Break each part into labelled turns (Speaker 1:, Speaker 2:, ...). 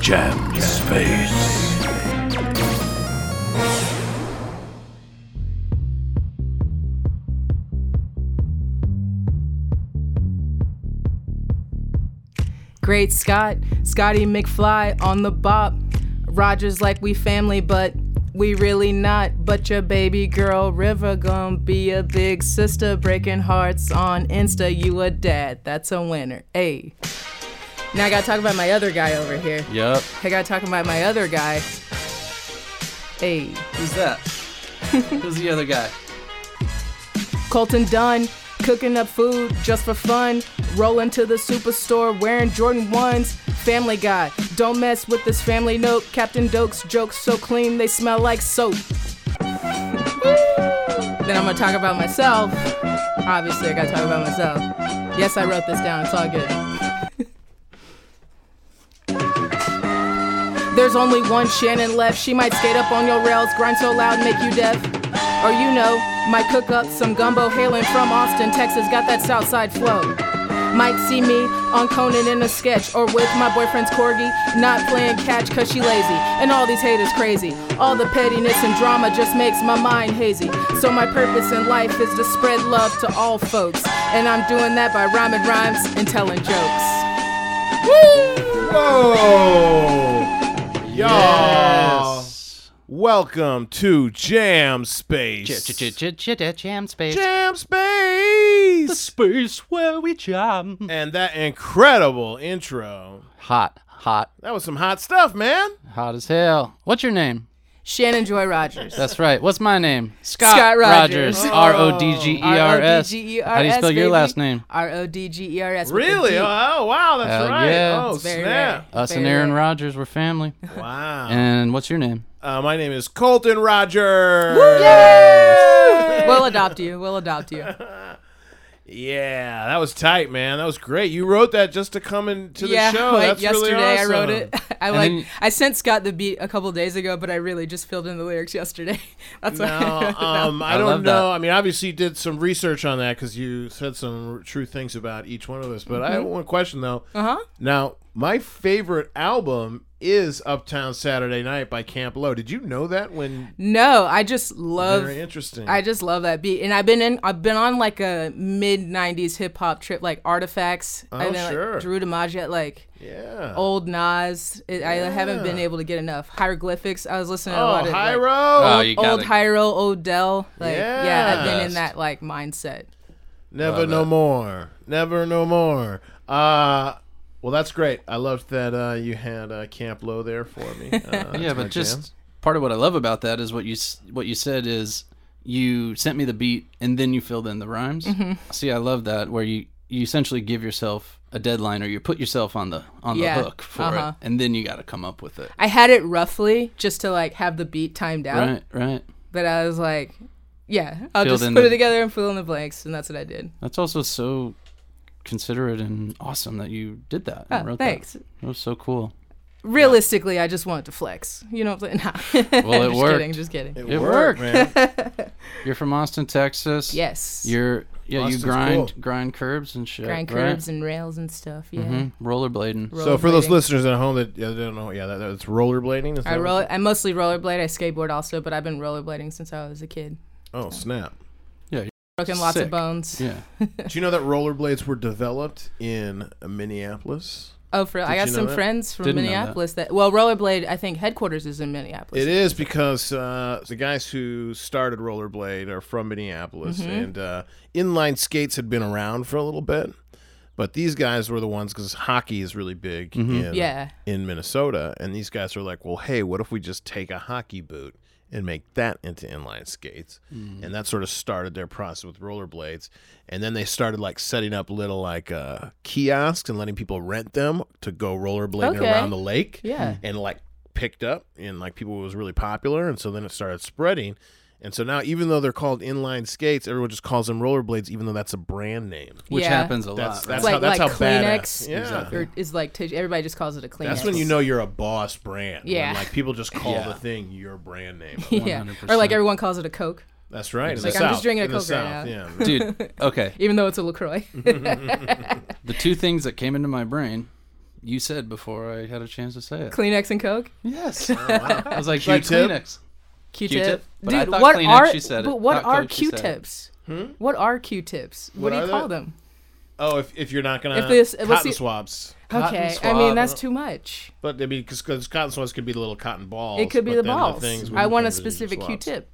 Speaker 1: Jam Space.
Speaker 2: Great Scott, Scotty McFly on the bop. Rogers like we family, but we really not. But your baby girl River gonna be a big sister, breaking hearts on Insta. You a dad, that's a winner. Ayy. Now I gotta talk about my other guy over here.
Speaker 3: Yup.
Speaker 2: I gotta talk about my other guy. Ayy.
Speaker 3: Who's that? Who's the other guy?
Speaker 2: Colton Dunn, cooking up food just for fun, rolling to the superstore wearing Jordan 1s. Family Guy, don't mess with this family note. Captain Doak's jokes so clean they smell like soap. then I'm gonna talk about myself. Obviously, I gotta talk about myself. Yes, I wrote this down, it's all good. There's only one Shannon left. She might skate up on your rails, grind so loud, make you deaf. Or you know, might cook up some gumbo hailing from Austin, Texas, got that Southside flow. Might see me on Conan in a sketch or with my boyfriend's corgi, not playing catch cause she lazy. And all these haters crazy. All the pettiness and drama just makes my mind hazy. So my purpose in life is to spread love to all folks. And I'm doing that by rhyming rhymes and telling jokes.
Speaker 4: Whoa! Y'all,
Speaker 3: Yes.
Speaker 4: welcome to Jam Space.
Speaker 3: Jam space.
Speaker 4: Jam Space!
Speaker 3: Space where we jam.
Speaker 4: And that incredible intro.
Speaker 3: Hot, hot,
Speaker 4: That was some hot stuff, man.
Speaker 3: hot as hell. What's your name?
Speaker 2: Shannon Joy Rogers.
Speaker 3: That's right. What's my name? Scott,
Speaker 2: Scott Rogers. Oh.
Speaker 3: R O D G E R
Speaker 2: R-O-D-G-E-R-S,
Speaker 3: S. How do you spell your
Speaker 2: E baby.
Speaker 3: last name?
Speaker 2: R-O-D-G-E-R-S. E with a
Speaker 4: Really?
Speaker 2: D.
Speaker 4: Oh, wow, that's
Speaker 3: Hell
Speaker 4: right.
Speaker 3: yeah.
Speaker 4: Oh,
Speaker 3: It's
Speaker 2: very
Speaker 4: snap.
Speaker 3: Us and
Speaker 2: Very
Speaker 3: Aaron
Speaker 2: rare.
Speaker 3: Rogers, we're family.
Speaker 4: Wow.
Speaker 3: And what's your name?
Speaker 4: Uh, my name is Colton Rogers.
Speaker 2: We'll adopt you. We'll adopt you.
Speaker 4: Yeah, that was tight, man. That was great. You wrote that just to come into the show.
Speaker 2: like
Speaker 4: That's really
Speaker 2: yesterday I wrote
Speaker 4: awesome.
Speaker 2: it. I
Speaker 3: And
Speaker 2: like
Speaker 3: then-
Speaker 2: I sent Scott the beat a couple days ago, but I really just filled in the lyrics yesterday. That's why I wrote
Speaker 4: No,
Speaker 2: it down.
Speaker 4: um, I
Speaker 3: I
Speaker 4: don't
Speaker 3: love that.
Speaker 4: know. I mean, obviously, you did some research on that because you said some r- true things about each one of us. But I have one question though.
Speaker 2: Mm-hmm. Uh-huh.
Speaker 4: Now, my favorite album is Uptown Saturday Night by Camp Low. Did you know that? When
Speaker 2: No, I just love
Speaker 4: very interesting.
Speaker 2: I just love that beat. And I've been in I've been on like a mid 90s hip hop trip like Artifacts.
Speaker 4: Oh,
Speaker 2: I've been like,
Speaker 4: sure.
Speaker 2: Drew DiMaggio like
Speaker 4: yeah.
Speaker 2: old Nas. It, I haven't been
Speaker 4: Yeah.
Speaker 2: able to get enough. Hieroglyphics. I was listening to a
Speaker 4: oh,
Speaker 2: lot of like,
Speaker 4: Hyro.
Speaker 3: you
Speaker 2: old Hyro Odell. Like yeah, I've been in
Speaker 4: Yes.
Speaker 2: that like mindset.
Speaker 4: Never no more. Never no more. Uh well, that's great. I loved that uh, you had uh, Camp Low there for me. Uh,
Speaker 3: yeah,
Speaker 4: that's my
Speaker 3: but just
Speaker 4: jam.
Speaker 3: part of what I love about that is what you s- what you said is you sent me the beat and then you filled in the rhymes.
Speaker 2: Mm-hmm.
Speaker 3: See, I love that where you you essentially give yourself a deadline or you put yourself on the on
Speaker 2: Yeah,
Speaker 3: the hook for
Speaker 2: uh-huh.
Speaker 3: it and then you got to come up with it.
Speaker 2: I had it roughly just to like have the beat timed out,
Speaker 3: Right, right.
Speaker 2: but I was like, yeah, I'll
Speaker 3: Filled
Speaker 2: just
Speaker 3: in
Speaker 2: put it
Speaker 3: the-
Speaker 2: together and fill in the blanks, and that's what I did.
Speaker 3: That's also so considerate and awesome that you did that. and
Speaker 2: Oh,
Speaker 3: wrote that.
Speaker 2: thanks.
Speaker 3: That was so cool.
Speaker 2: Realistically, I just wanted to flex. You know what I'm saying? Nah.
Speaker 3: Well, it
Speaker 2: just
Speaker 3: worked.
Speaker 2: kidding, just kidding.
Speaker 3: It worked.
Speaker 4: man.
Speaker 3: You're from Austin, Texas.
Speaker 2: yes.
Speaker 3: You're yeah,
Speaker 4: Austin's
Speaker 3: you grind
Speaker 4: cool.
Speaker 3: grind curbs and shit.
Speaker 2: grind
Speaker 3: right?
Speaker 2: curbs and rails and stuff. Yeah.
Speaker 3: Mhm. rollerblading.
Speaker 4: so for those
Speaker 2: Rollerblading.
Speaker 4: listeners at home that yeah, they don't know, yeah, that, that's rollerblading. Is
Speaker 2: I
Speaker 4: that-
Speaker 2: roll. I mostly rollerblade. I skateboard also, but I've been rollerblading since I was a kid.
Speaker 4: Oh snap!
Speaker 2: Broken lots
Speaker 3: Sick.
Speaker 2: of bones.
Speaker 3: Yeah.
Speaker 4: Do you know that rollerblades were developed in Minneapolis?
Speaker 2: Oh, for real. I
Speaker 4: Did
Speaker 2: got
Speaker 4: you know
Speaker 2: some
Speaker 4: that?
Speaker 2: friends from
Speaker 3: Didn't know that.
Speaker 2: Minneapolis that. Well, rollerblade. I think headquarters is in Minneapolis.
Speaker 4: It is because uh, the guys who started rollerblade are from Minneapolis,
Speaker 2: Mm-hmm.
Speaker 4: and uh, inline skates had been around for a little bit, but these guys were the ones because hockey is really big in
Speaker 2: Yeah.
Speaker 4: in Minnesota, and these guys are like, well, hey, what if we just take a hockey boot and make that into inline skates?
Speaker 2: Mm.
Speaker 4: And that sort of started their process with rollerblades, and then they started like setting up little like uh, kiosks and letting people rent them to go rollerblading
Speaker 2: Okay.
Speaker 4: around the lake,
Speaker 2: Yeah.
Speaker 4: and like picked up and like people was really popular, and so then it started spreading. And so now, even though they're called inline skates, everyone just calls them rollerblades, even though that's a brand name.
Speaker 3: Which
Speaker 2: Yeah.
Speaker 3: happens a
Speaker 4: That's
Speaker 3: lot. right?
Speaker 4: that's
Speaker 2: Like-
Speaker 4: how that's
Speaker 2: like
Speaker 4: how
Speaker 2: Kleenex?
Speaker 4: badass. Yeah.
Speaker 2: Or is like t- everybody just calls it a Kleenex.
Speaker 4: That's when you know you're a boss brand. when,
Speaker 2: Yeah.
Speaker 4: like people just call
Speaker 3: Yeah.
Speaker 4: the thing your brand name.
Speaker 2: Yeah. Or
Speaker 3: 100%.
Speaker 2: like everyone calls it a Coke,
Speaker 4: That's right.
Speaker 2: Like,
Speaker 4: in the
Speaker 2: I'm just
Speaker 4: South,
Speaker 2: drinking a
Speaker 4: in the
Speaker 2: Coke right
Speaker 4: South,
Speaker 2: now.
Speaker 4: Yeah.
Speaker 3: Dude, okay. Mm-hmm.
Speaker 2: even though it's a LaCroix.
Speaker 3: The two things that came into my brain you said before I had a chance to say it.
Speaker 2: Kleenex and Coke?
Speaker 3: Yes.
Speaker 4: Oh,
Speaker 3: I was like, like
Speaker 4: Q-tip?
Speaker 3: Kleenex.
Speaker 2: Q-tip.
Speaker 3: Q-tip? But I
Speaker 2: Dude,
Speaker 3: thought
Speaker 2: what
Speaker 3: Kleenex,
Speaker 2: are
Speaker 3: she said it.
Speaker 2: but what
Speaker 3: Not
Speaker 2: are
Speaker 3: Coke, she said it.
Speaker 2: Q-tips?
Speaker 4: Hmm?
Speaker 2: What are Q-tips? What,
Speaker 4: What
Speaker 2: do you
Speaker 4: are
Speaker 2: call
Speaker 4: they?
Speaker 2: them?
Speaker 4: Oh, if, if you're not gonna
Speaker 2: If this- let's
Speaker 4: cotton
Speaker 2: see-
Speaker 4: swabs,
Speaker 3: Cotton
Speaker 2: okay, I
Speaker 3: swab.
Speaker 2: mean that's too much.
Speaker 4: but I mean, because cotton swabs could be the little cotton balls.
Speaker 2: It could be
Speaker 4: but
Speaker 2: the
Speaker 4: then
Speaker 2: balls.
Speaker 4: things with
Speaker 2: I
Speaker 4: the
Speaker 2: want a
Speaker 4: fingers are just
Speaker 2: specific
Speaker 4: swabs.
Speaker 2: Q-tip.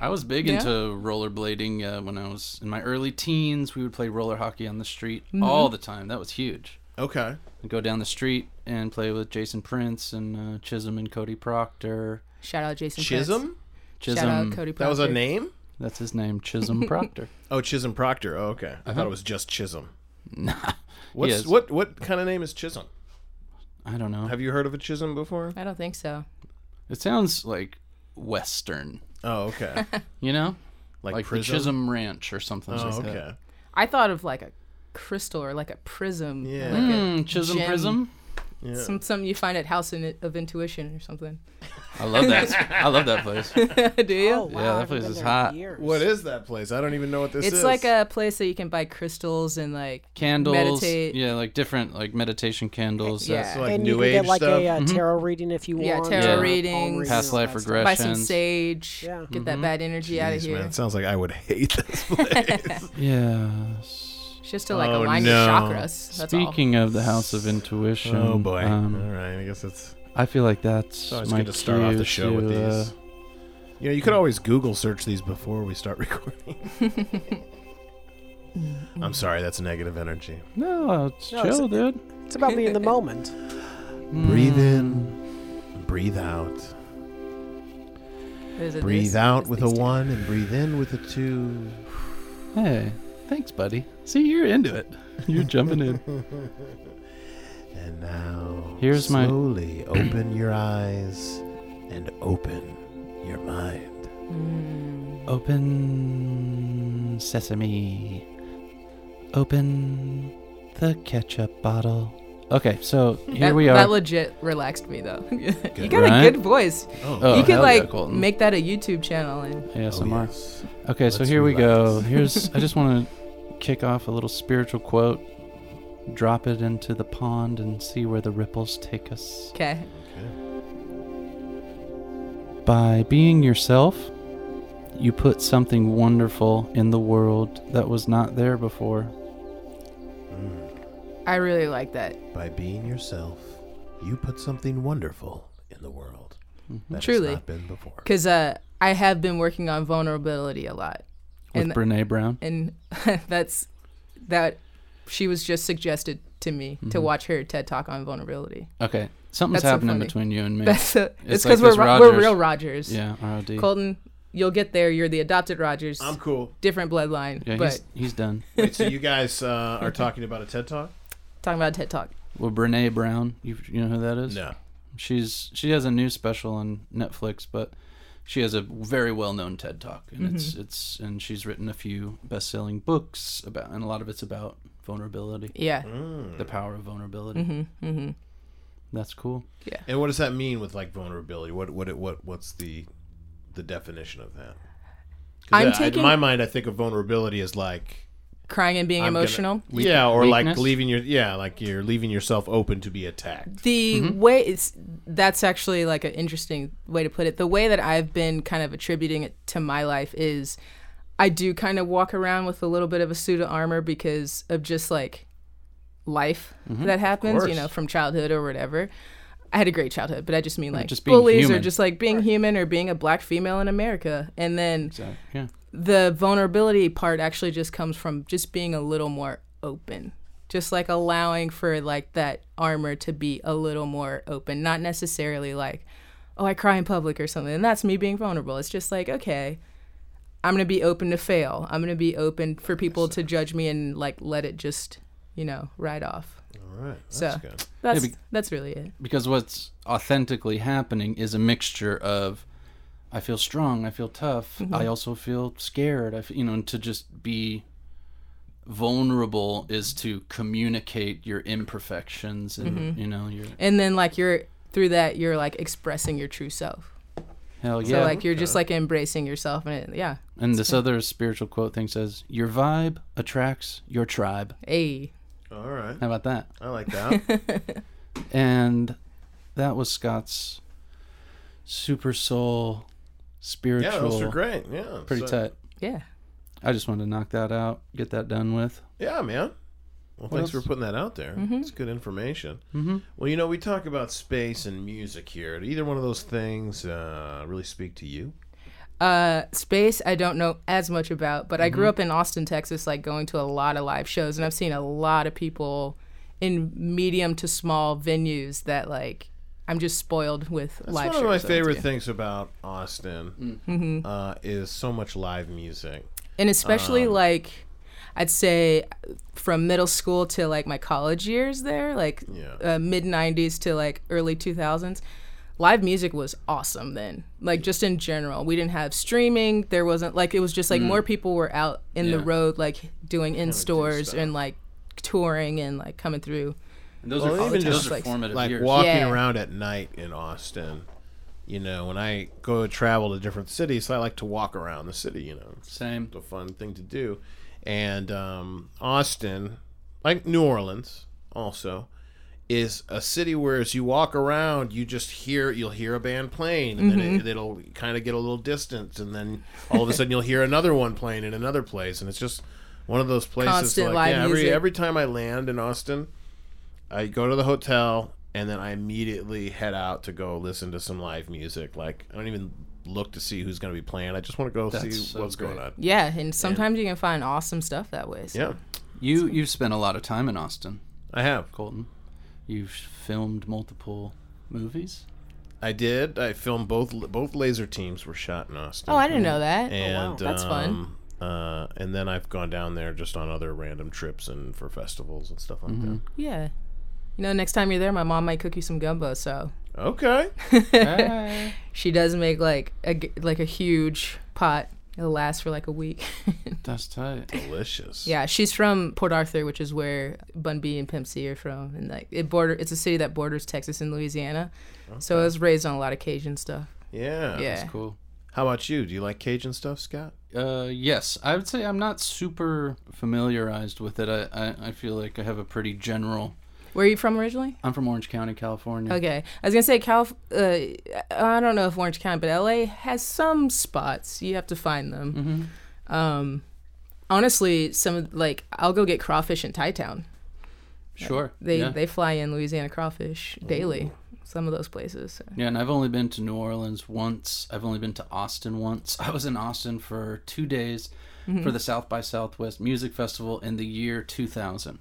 Speaker 3: I was big
Speaker 2: Yeah.
Speaker 3: into rollerblading uh, when I was in my early teens. We would play roller hockey on the street
Speaker 2: Mm-hmm.
Speaker 3: all the time. That was huge.
Speaker 4: Okay.
Speaker 3: I'd go down the street and play with Jason Prince and uh, Chisholm and Cody Proctor.
Speaker 2: Shout out Jason. Prince.
Speaker 4: Chisholm.
Speaker 3: Chisholm.
Speaker 2: Shout out Cody.
Speaker 4: That was a
Speaker 2: Proctor.
Speaker 4: name.
Speaker 3: That's his name, Chisholm Proctor.
Speaker 4: Oh, Chisholm Proctor. Oh, okay. I
Speaker 2: Uh-huh.
Speaker 4: thought it was just Chisholm. Nah. What's,
Speaker 3: Yes.
Speaker 4: What what kind of name is Chisholm?
Speaker 3: I don't know.
Speaker 4: Have you heard of a Chisholm before?
Speaker 2: I don't think so.
Speaker 3: It sounds like Western,
Speaker 4: Oh, okay.
Speaker 3: you know?
Speaker 4: Like,
Speaker 3: Like the
Speaker 4: Prism.
Speaker 3: Chisholm Ranch or something
Speaker 4: Oh,
Speaker 3: like
Speaker 4: okay.
Speaker 3: that.
Speaker 2: I thought of like a crystal or like a prism.
Speaker 4: Yeah.
Speaker 2: Like a-
Speaker 3: Mm, Chisholm
Speaker 2: Gem.
Speaker 3: Prism.
Speaker 2: some something you find at House in, of Intuition or something.
Speaker 3: I love that. I love that place.
Speaker 2: Do you?
Speaker 5: Oh wow,
Speaker 3: that
Speaker 5: I haven't
Speaker 3: place
Speaker 5: been
Speaker 3: is
Speaker 5: there in
Speaker 3: hot.
Speaker 5: years.
Speaker 4: What is that place? I don't even know what this
Speaker 2: It's
Speaker 4: is.
Speaker 2: like a place that you can buy crystals and like
Speaker 3: Candles.
Speaker 2: meditate.
Speaker 3: Yeah, like different like meditation candles. that-
Speaker 2: Yeah.
Speaker 4: So, like
Speaker 5: and you
Speaker 4: new
Speaker 5: can
Speaker 4: age
Speaker 5: get like
Speaker 4: stuff.
Speaker 5: a uh, tarot reading if you
Speaker 2: Yeah,
Speaker 5: want.
Speaker 2: tarot
Speaker 5: or palm
Speaker 2: readings.
Speaker 5: reading,
Speaker 3: Mm-hmm. Past
Speaker 5: all
Speaker 3: life
Speaker 5: that stuff.
Speaker 3: regressions.
Speaker 2: buy some sage.
Speaker 5: Yeah.
Speaker 2: Get
Speaker 3: Mm-hmm.
Speaker 2: that bad energy out of
Speaker 4: Jeez,
Speaker 2: here.
Speaker 4: man, it sounds like I would hate this place.
Speaker 3: Yes.
Speaker 2: It's Just to like
Speaker 4: Oh,
Speaker 2: align
Speaker 4: no.
Speaker 2: your chakras. That's
Speaker 3: Speaking of the House of Intuition,
Speaker 4: oh boy.
Speaker 3: um,
Speaker 4: All right. I guess that's
Speaker 3: I feel like that's
Speaker 4: it's always
Speaker 3: my
Speaker 4: good to start off
Speaker 3: cue
Speaker 4: the show with
Speaker 3: to, uh,
Speaker 4: these. You know, you could always Google search these before we start recording. I'm sorry, that's negative energy.
Speaker 3: No, it's
Speaker 5: No,
Speaker 3: chill,
Speaker 5: it's-
Speaker 3: dude.
Speaker 5: It's about being in the moment.
Speaker 4: Breathe in, breathe out.
Speaker 2: all. There's a-
Speaker 4: Breathe
Speaker 2: there's-
Speaker 4: out
Speaker 2: there's
Speaker 4: with a
Speaker 2: these two.
Speaker 4: one and breathe in with a two.
Speaker 3: Hmm. Hey, thanks, buddy. See, you're into it. You're jumping in.
Speaker 4: And now,
Speaker 3: Here's my-
Speaker 4: slowly open your eyes and open your mind.
Speaker 3: Open sesame. Open the ketchup bottle. Okay, so here
Speaker 2: that,
Speaker 3: we are.
Speaker 2: That legit relaxed me though. you got
Speaker 3: Right?
Speaker 2: a good voice.
Speaker 3: Oh,
Speaker 2: you could
Speaker 3: hell yeah,
Speaker 2: like
Speaker 3: Colton.
Speaker 2: make that a YouTube channel and
Speaker 3: ASMR.
Speaker 4: yes.
Speaker 3: Okay, so
Speaker 4: Let's
Speaker 3: here we go.
Speaker 4: relax.
Speaker 3: Here's I just want to kick off a little spiritual quote. Drop it into the pond and see where the ripples take us.
Speaker 2: okay.
Speaker 3: By being yourself, you put something wonderful in the world that was not there before.
Speaker 2: I really like that.
Speaker 4: By being yourself, you put something wonderful in the world that
Speaker 2: Mm-hmm. Truly.
Speaker 4: has not been before.
Speaker 2: Cause uh I have been working on vulnerability a lot.
Speaker 3: With
Speaker 2: And-
Speaker 3: Brene Brown.
Speaker 2: and that's that she was just suggested to me
Speaker 3: Mm-hmm.
Speaker 2: to watch her TED talk on vulnerability.
Speaker 3: Okay, something's
Speaker 2: That's so
Speaker 3: happening
Speaker 2: funny.
Speaker 3: between you and me.
Speaker 2: That's a,
Speaker 3: It's
Speaker 2: it's
Speaker 3: like
Speaker 2: because
Speaker 3: this
Speaker 2: we're Ro- we're
Speaker 3: Rogers-
Speaker 2: real Rogers.
Speaker 3: yeah, R.O.D.
Speaker 2: Colton, you'll get there. You're the adopted Rogers.
Speaker 4: cool.
Speaker 2: different bloodline,
Speaker 3: yeah,
Speaker 2: but
Speaker 3: he's, he's done.
Speaker 4: Wait, so you guys uh, are talking about a TED Talk?
Speaker 2: talking about TED talk.
Speaker 3: Well, Brene Brown, you, you know who that is?
Speaker 4: No.
Speaker 3: She's she has a new special on Netflix, but she has a very well known TED Talk, and it's it's and she's written a few best selling books about, and a lot of it's about vulnerability,
Speaker 2: Yeah,
Speaker 3: the power of vulnerability. That's cool.
Speaker 4: And what does that mean with like vulnerability? What what what what's the the definition of that? 'Cause
Speaker 2: I'm
Speaker 4: I-
Speaker 2: taking-
Speaker 4: in my mind, I think of vulnerability as like
Speaker 2: crying and being
Speaker 4: I'm gonna-
Speaker 2: emotional.
Speaker 4: yeah, or like
Speaker 3: weakness?
Speaker 4: leaving your yeah, like you're leaving yourself open to be attacked.
Speaker 2: The
Speaker 3: Mm-hmm.
Speaker 2: way it's that's actually like an interesting way to put it. The way that I've been kind of attributing it to my life is I do kind of walk around with a little bit of a suit of armor because of just like life
Speaker 3: Mm-hmm.
Speaker 2: that happens, you
Speaker 4: course.
Speaker 2: know, from childhood or whatever. I had a great childhood, but I just mean like
Speaker 3: just being
Speaker 2: bullies or
Speaker 3: human.
Speaker 2: just like being human or being a black female in America. And then
Speaker 3: So yeah,
Speaker 2: the vulnerability part actually just comes from just being a little more open just like allowing for like that armor to be a little more open not necessarily like oh i cry in public or something and that's me being vulnerable it's just like okay i'm gonna be open to fail i'm gonna be open for people to judge me and like let it just you know ride off
Speaker 4: All right, that's
Speaker 2: So-
Speaker 4: good.
Speaker 2: that's
Speaker 3: be-
Speaker 2: that's really it
Speaker 3: because what's authentically happening is a mixture of I feel strong, I feel tough,
Speaker 2: Mm-hmm.
Speaker 3: I also feel scared. I f- you know, and to just be vulnerable is to communicate your imperfections and
Speaker 2: Mm-hmm.
Speaker 3: you know your
Speaker 2: and then like you're through that you're like expressing your true self
Speaker 3: hell
Speaker 2: so
Speaker 3: yeah.
Speaker 2: like you're just like embracing yourself and it, yeah
Speaker 3: and this other spiritual quote thing says, "Your vibe attracts your tribe."
Speaker 2: hey
Speaker 4: All right,
Speaker 3: How about that?
Speaker 4: I like that.
Speaker 3: and that was Scott's super soul spiritual.
Speaker 4: Yeah, those are great. Yeah,
Speaker 3: Pretty
Speaker 4: so-
Speaker 3: tight.
Speaker 2: Yeah.
Speaker 3: I just wanted to knock that out, get that done with.
Speaker 4: Yeah, man. Well, thanks for putting that out there.
Speaker 2: Mm-hmm.
Speaker 4: It's good information. Mm-hmm. Well, you know, we talk about space and music here. Do either one of those things uh, really speak to you?
Speaker 2: Uh, space, I don't know as much about, but I
Speaker 4: Mm-hmm.
Speaker 2: grew up in Austin, Texas, like going to a lot of live shows, and I've seen a lot of people in medium to small venues that like I'm just spoiled with
Speaker 4: That's
Speaker 2: live shows.
Speaker 4: one of my
Speaker 2: so that's
Speaker 4: favorite
Speaker 2: good.
Speaker 4: things about Austin
Speaker 2: Mm-hmm.
Speaker 4: uh, is so much live music.
Speaker 2: and
Speaker 4: Um,
Speaker 2: especially like I'd say from middle school to like my college years there, like
Speaker 4: Yeah.
Speaker 2: uh, mid '90s to like early 2000s. Live music was awesome then. Like just in general, we didn't have streaming. There wasn't like it was just like
Speaker 4: Mm.
Speaker 2: more people were out in the
Speaker 3: Yeah.
Speaker 2: road, like doing in stores
Speaker 4: stuff.
Speaker 2: and like touring and like coming through.
Speaker 3: And those
Speaker 4: Well,
Speaker 3: are
Speaker 4: even
Speaker 3: even those
Speaker 4: just
Speaker 3: are
Speaker 2: like-
Speaker 3: formative
Speaker 4: like
Speaker 3: years.
Speaker 4: walking
Speaker 2: Yeah.
Speaker 4: around at night in Austin. You know, when I go travel to different cities, I like to walk around the city. You know, it's
Speaker 3: Same.
Speaker 4: a fun thing to do. And um, Austin, like New Orleans, also is a city where as you walk around, you just hear you'll hear a band playing, and then
Speaker 2: Mm-hmm.
Speaker 4: it, it'll kind of get a little distance, and then all of a sudden you'll hear another one playing in another place, and it's just one of those places.
Speaker 2: Constant
Speaker 4: like,
Speaker 2: live
Speaker 4: yeah, every
Speaker 2: music.
Speaker 4: every time I land in Austin, I go to the hotel and then I immediately head out to go listen to some live music. Like I don't even look to see who's going to be playing. I just want to go see
Speaker 3: so
Speaker 4: what's going
Speaker 3: great.
Speaker 4: on.
Speaker 2: Yeah, and sometimes you can find awesome stuff that way. So.
Speaker 4: Yeah,
Speaker 3: You you've spent a lot of time in Austin,
Speaker 4: I have.
Speaker 3: Colton. You've filmed multiple movies.
Speaker 4: I did. I filmed both. Both laser teams were shot in Austin.
Speaker 2: Oh, I didn't know that.
Speaker 4: And
Speaker 2: That's fun.
Speaker 4: fun. Uh, and then I've gone down there just on other random trips and for festivals and stuff like
Speaker 2: yeah. You know, next time you're there, my mom might cook you some gumbo. So
Speaker 4: that. Okay.
Speaker 2: she does make like a g- like a huge pot. It'll last for like a week.
Speaker 3: That's tight.
Speaker 4: Delicious.
Speaker 2: yeah, she's from Port Arthur, which is where Bun B and Pimp C are from, and like it border. It's a city that borders Texas and Louisiana. So I was raised on a lot of Cajun stuff.
Speaker 4: Yeah.
Speaker 2: Yeah,
Speaker 3: Cool.
Speaker 4: How about you? Do you like Cajun stuff, Scott?
Speaker 3: Uh, yes, I would say I'm not super familiarized with it. I, I, I feel like I have a pretty general.
Speaker 2: where are you from originally?
Speaker 3: I'm from Orange County, California.
Speaker 2: Okay, I was gonna say Cal. Uh, I don't know if Orange County, but LA has some spots. You have to find them. Um, honestly, some of like I'll go get crawfish in Thai Town.
Speaker 3: Sure.
Speaker 2: They
Speaker 3: yeah.
Speaker 2: they fly in Louisiana crawfish daily. Some of those places. so.
Speaker 3: Yeah, and I've only been to New Orleans once. I've only been to Austin once. I was in Austin for two days
Speaker 2: Mm-hmm.
Speaker 3: for the South by Southwest Music Festival in the year 2000.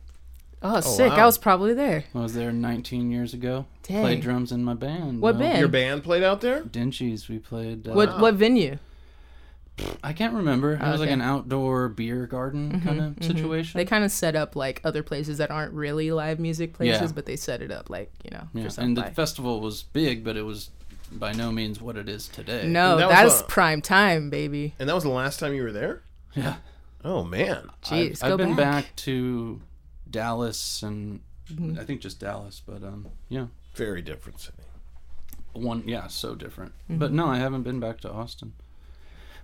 Speaker 2: Oh, sick! I
Speaker 4: wow.
Speaker 2: was probably there.
Speaker 3: I was there 19 years ago.
Speaker 2: Dang.
Speaker 3: Played drums in my band.
Speaker 2: What
Speaker 3: uh,
Speaker 2: band?
Speaker 4: Your band played out there?
Speaker 3: Dinchies. We played. Uh,
Speaker 2: What what venue?
Speaker 3: I can't remember. It was like
Speaker 2: okay. Mm-hmm,
Speaker 3: an outdoor beer garden kind of situation.
Speaker 2: They kind of set up like other places that aren't really live music places,
Speaker 3: Yeah.
Speaker 2: but they set it up like you know
Speaker 3: Yeah,
Speaker 2: for
Speaker 3: and the
Speaker 2: somebody.
Speaker 3: festival was big, but it was by no means what it is today.
Speaker 2: no,
Speaker 4: that was
Speaker 2: that's
Speaker 4: a-
Speaker 2: prime time, baby.
Speaker 4: And that was the last time you were there?
Speaker 3: Yeah.
Speaker 4: Oh man.
Speaker 2: Jeez,
Speaker 3: I've
Speaker 2: go
Speaker 3: been
Speaker 2: back. Mm-hmm.
Speaker 3: back. to Dallas and I think just Dallas, but um, yeah,
Speaker 4: Very different city.
Speaker 3: one, yeah, so different.
Speaker 2: Mm-hmm.
Speaker 3: But no, I haven't been back to Austin.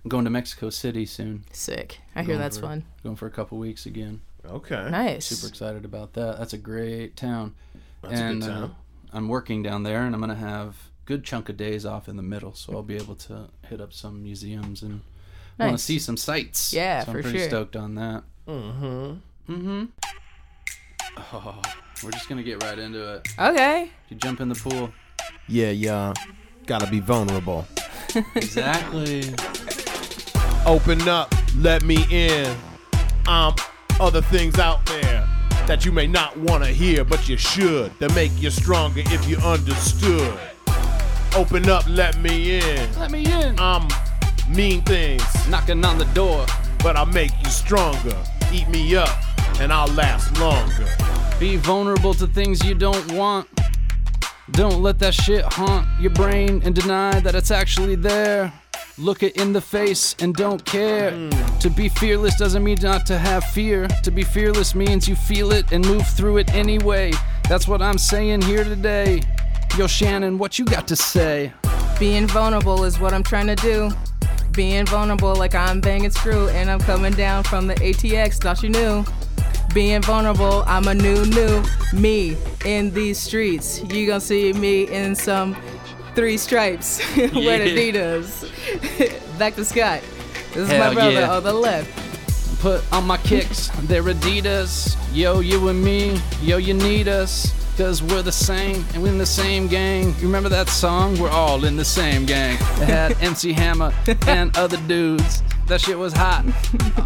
Speaker 3: I'm going to Mexico City soon.
Speaker 2: Sick. I hear that's fun.
Speaker 3: Going for a couple weeks again.
Speaker 4: Okay.
Speaker 2: Nice.
Speaker 3: Super excited about that. That's a great town.
Speaker 4: That's a good
Speaker 3: and, uh,
Speaker 4: town.
Speaker 3: I'm working down there, and I'm gonna have good chunk of days off in the middle, so I'll be able to hit up some museums and want
Speaker 2: Nice.
Speaker 3: to see some sights.
Speaker 2: Yeah,
Speaker 3: so
Speaker 2: for
Speaker 3: I'm pretty
Speaker 2: sure.
Speaker 3: stoked on that. Mm-hmm. Mm-hmm. Oh, we're just gonna get right into it.
Speaker 2: Okay.
Speaker 3: You jump in the pool.
Speaker 4: Yeah, yeah. Gotta be vulnerable.
Speaker 3: Exactly.
Speaker 4: Open up, let me in. Um, other things out there that you may not wanna hear, but you should. That make you stronger if you understood. Open up, let me in.
Speaker 3: Let me in.
Speaker 4: I'm mean things,
Speaker 3: Knocking on the door.
Speaker 4: but I make you stronger. Eat me up, and I'll last longer.
Speaker 3: Be vulnerable to things you don't want. Don't let that shit haunt your brain and deny that it's actually there. Look it in the face and don't care. To be fearless doesn't mean not to have fear. To be fearless means you feel it and move through it anyway. That's what I'm saying here today. Yo, Shannon, what you got to say?
Speaker 2: Being vulnerable is what I'm trying to do. Being vulnerable like I'm banging screw and I'm coming down from the ATX, thought you knew. being vulnerable. I'm a new, new me in these streets. You gonna see me in some three stripes with
Speaker 3: Yeah.
Speaker 2: Adidas. Back to Scott. This is
Speaker 3: Hell
Speaker 2: my brother
Speaker 3: yeah.
Speaker 2: on the left.
Speaker 3: Put on my kicks, they're Adidas. Yo, you and me, yo, you need us. Cause we're the same, and we're in the same gang. You remember that song? We're all in the same gang. It had MC Hammer and other dudes. That shit was hot.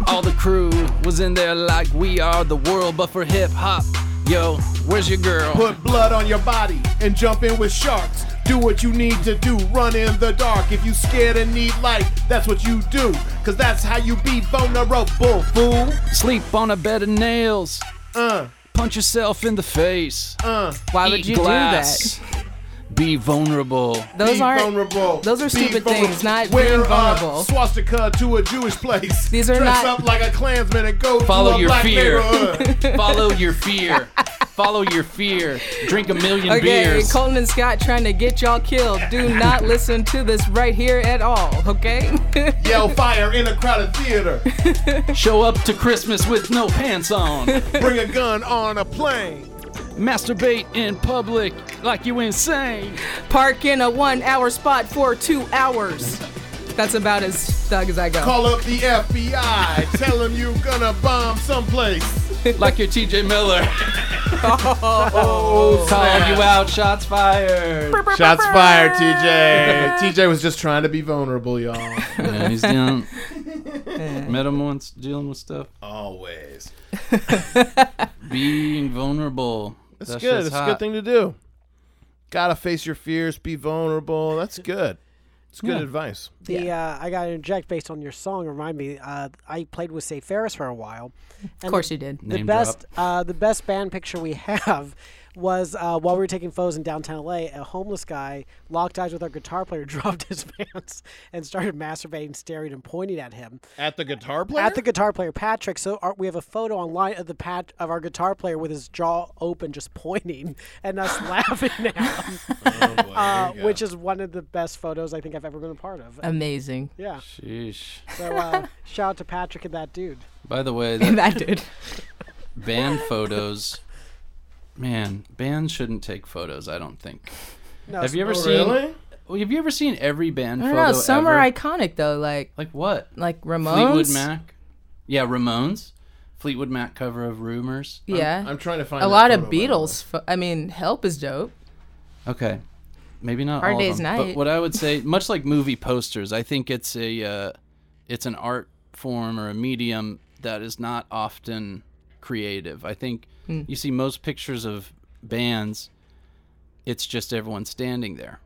Speaker 3: All the crew was in there like we are the world, but for hip hop. Yo, where's your girl?
Speaker 6: Put blood on your body and jump in with sharks. Do what you need to do, run in the dark. If you scared and need light, that's what you do. Cause that's how you be vulnerable, fool.
Speaker 3: Sleep on a bed of nails.
Speaker 6: Uh,
Speaker 3: Punch yourself in the face.
Speaker 6: uh.
Speaker 2: Why
Speaker 3: Eat
Speaker 2: would you
Speaker 3: glass. Be vulnerable.
Speaker 2: do that? Those
Speaker 6: be
Speaker 2: aren't
Speaker 6: vulnerable.
Speaker 2: those are
Speaker 6: Be
Speaker 2: stupid
Speaker 6: vulnerable.
Speaker 2: things, not
Speaker 6: Wear
Speaker 2: being
Speaker 6: a
Speaker 2: vulnerable.
Speaker 6: swastika to a Jewish place.
Speaker 2: These are
Speaker 6: Dress
Speaker 2: not-
Speaker 6: up like a Klansman and go
Speaker 3: Follow
Speaker 6: to a
Speaker 3: your
Speaker 6: black
Speaker 3: fear.
Speaker 6: neighborhood.
Speaker 3: Follow your fear. Follow your fear. Drink a million
Speaker 2: Okay,
Speaker 3: beers.
Speaker 2: Colton and Scott trying to get y'all killed. Do not listen to this right here at all, okay?
Speaker 6: Yell fire in a crowded theater.
Speaker 3: Show up to Christmas with no pants on.
Speaker 6: Bring a gun on a plane.
Speaker 3: Masturbate in public like you insane.
Speaker 2: Park in a one hour spot for two hours. That's about as thug as I go.
Speaker 6: Call up the FBI. Tell them you gonna bomb someplace.
Speaker 3: Like you're TJ Miller.
Speaker 6: Oh,
Speaker 3: Call
Speaker 6: snap.
Speaker 3: you out, shots fired.
Speaker 6: Shots fired, TJ. TJ was just trying to be vulnerable, y'all.
Speaker 3: Yeah, he's down. Met him once dealing with stuff.
Speaker 6: Always.
Speaker 3: Being vulnerable.
Speaker 4: That's good. It's a good thing to do. Gotta face your fears. Be vulnerable. That's good. It's good advice.
Speaker 5: The uh, I got to inject based on your song. Remind me, uh, I played with Say Ferris for a while.
Speaker 2: Of course you did.
Speaker 5: the
Speaker 3: Name
Speaker 5: best
Speaker 3: drop.
Speaker 5: uh, the best band picture we have was uh, while we were taking photos in downtown LA, a homeless guy locked eyes with our guitar player, dropped his pants, and started masturbating, staring and pointing at him.
Speaker 4: At the guitar player.
Speaker 5: At the guitar player Patrick, so our, we have a photo online of the pat of our guitar player with his jaw open, just pointing, and us laughing at him, uh, which is one of the best photos I think I've ever been a part
Speaker 2: Uh,
Speaker 5: of.
Speaker 2: Amazing.
Speaker 5: yeah,
Speaker 3: Sheesh.
Speaker 5: so uh, shout out to Patrick and that dude.
Speaker 3: By the way, that
Speaker 2: that dude.
Speaker 3: band photos. Man, bands shouldn't take photos. I don't think.
Speaker 5: No,
Speaker 3: Have you
Speaker 4: Oh,
Speaker 3: ever seen?
Speaker 6: Really?
Speaker 3: Well, have you ever seen every band
Speaker 2: I don't
Speaker 3: photo?
Speaker 2: know. Some
Speaker 3: ever?
Speaker 2: are iconic though, like
Speaker 3: like what?
Speaker 2: like
Speaker 3: Fleetwood
Speaker 2: Ramones.
Speaker 3: Mac. Yeah, Ramones. Fleetwood Mac cover of Rumors.
Speaker 2: Yeah.
Speaker 6: I'm trying to find
Speaker 2: a
Speaker 6: that
Speaker 2: lot of
Speaker 6: photo, by the way.
Speaker 2: Beatles. Fo- I mean, Help is dope.
Speaker 3: Okay. Maybe not
Speaker 2: Hard
Speaker 3: all
Speaker 2: Day's
Speaker 3: of them, But
Speaker 2: Night.
Speaker 3: what I would say, much like movie posters, I think it's a uh, it's an art form or a medium that is not often creative. I think
Speaker 2: Hmm.
Speaker 3: you see most pictures of bands, it's just everyone standing there,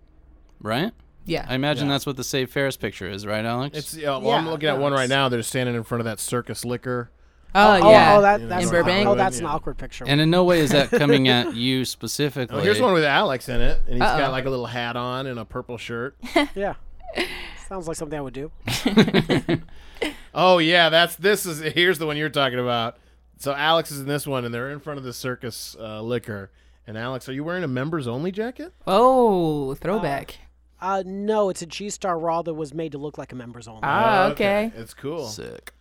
Speaker 3: right?
Speaker 2: Yeah.
Speaker 3: I imagine that's what the Save Ferris picture is, right, Alex?
Speaker 4: It's yeah, well, I'm
Speaker 5: Yeah,
Speaker 4: looking at
Speaker 5: no,
Speaker 4: one right
Speaker 5: it's-
Speaker 4: now. They're standing in front of that circus liquor.
Speaker 2: oh,
Speaker 5: Oh,
Speaker 2: yeah.
Speaker 5: oh, that, that's
Speaker 2: In
Speaker 5: an
Speaker 2: Burbank?
Speaker 5: awkward- Oh, that's an
Speaker 4: Yeah.
Speaker 5: awkward picture.
Speaker 3: and in no way is that coming at you specifically.
Speaker 4: Oh, here's one with Alex in it, and he's
Speaker 2: Uh-oh.
Speaker 4: got like a little hat on and a purple shirt.
Speaker 5: yeah, sounds like something I would do.
Speaker 4: oh yeah, that's this is here's the one you're talking about. So Alex is in this one, and they're in front of the circus uh, liquor. And Alex, are you wearing a members only jacket?
Speaker 2: Oh, throwback.
Speaker 5: Uh, no, it's a G Star Raw that was made to look like a members only.
Speaker 2: oh, okay.
Speaker 4: it's cool.
Speaker 3: sick.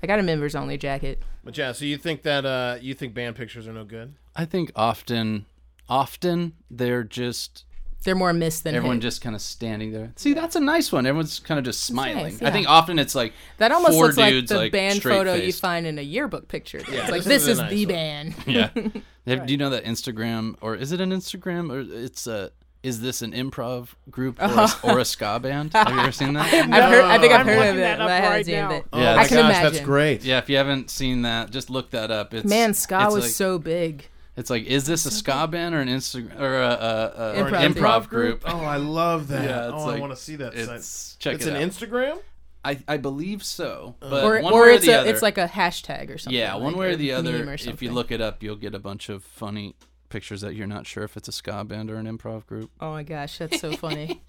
Speaker 2: I got a members only jacket.
Speaker 4: But yeah, so you think that uh, you think band pictures are no good?
Speaker 3: I think often, often they're just
Speaker 2: They're more missed than
Speaker 3: everyone
Speaker 2: hit.
Speaker 3: just kind of standing there. See, that's a nice one. Everyone's kind of just smiling.
Speaker 2: nice,
Speaker 3: I
Speaker 2: yeah.
Speaker 3: think often it's like
Speaker 2: That almost
Speaker 3: four
Speaker 2: looks like
Speaker 3: dudes
Speaker 2: the band
Speaker 3: straight
Speaker 2: photo you
Speaker 3: faced.
Speaker 2: find in a yearbook picture. it's
Speaker 4: this
Speaker 2: like this
Speaker 4: is
Speaker 2: is,
Speaker 4: a nice
Speaker 2: the
Speaker 4: one.
Speaker 2: band.
Speaker 3: Yeah. Have- Do you know that Instagram or is it an Instagram or it's a is this an improv group or, a, or a ska band? Have you ever seen that?
Speaker 2: I've heard. I think I've
Speaker 5: I'm
Speaker 2: heard of
Speaker 5: looking
Speaker 2: it,
Speaker 5: that
Speaker 2: but
Speaker 5: up
Speaker 2: I haven't
Speaker 5: right
Speaker 2: seen
Speaker 5: now.
Speaker 2: it.
Speaker 4: oh
Speaker 2: I
Speaker 4: my
Speaker 2: can
Speaker 4: gosh,
Speaker 2: imagine.
Speaker 4: that's great.
Speaker 3: Yeah, if you haven't seen that, just look that up. It's
Speaker 2: Man, ska
Speaker 3: it's
Speaker 2: was
Speaker 3: like,
Speaker 2: so big.
Speaker 3: It's like, is this a ska band or an Instagram or a, a, a,
Speaker 2: Improv
Speaker 3: an
Speaker 2: group.
Speaker 3: improv group?
Speaker 4: Oh, I love that.
Speaker 3: Yeah, it's
Speaker 4: oh, I
Speaker 3: like-
Speaker 4: want to see that.
Speaker 3: It's
Speaker 4: site.
Speaker 3: check
Speaker 4: it's an
Speaker 3: it out.
Speaker 4: Instagram.
Speaker 3: I, I believe so,
Speaker 4: Uh,
Speaker 3: but
Speaker 2: Or,
Speaker 3: Uh, one
Speaker 2: or
Speaker 3: way
Speaker 2: it's
Speaker 3: or the
Speaker 2: a,
Speaker 3: other,
Speaker 2: it's like a hashtag or something.
Speaker 3: yeah, one
Speaker 2: like,
Speaker 3: way or the
Speaker 2: meme
Speaker 3: other.
Speaker 2: or
Speaker 3: If you
Speaker 2: something.
Speaker 3: look it up, you'll get a bunch of funny pictures that you're not sure if it's a ska band or an improv group.
Speaker 2: Oh my gosh, that's so funny.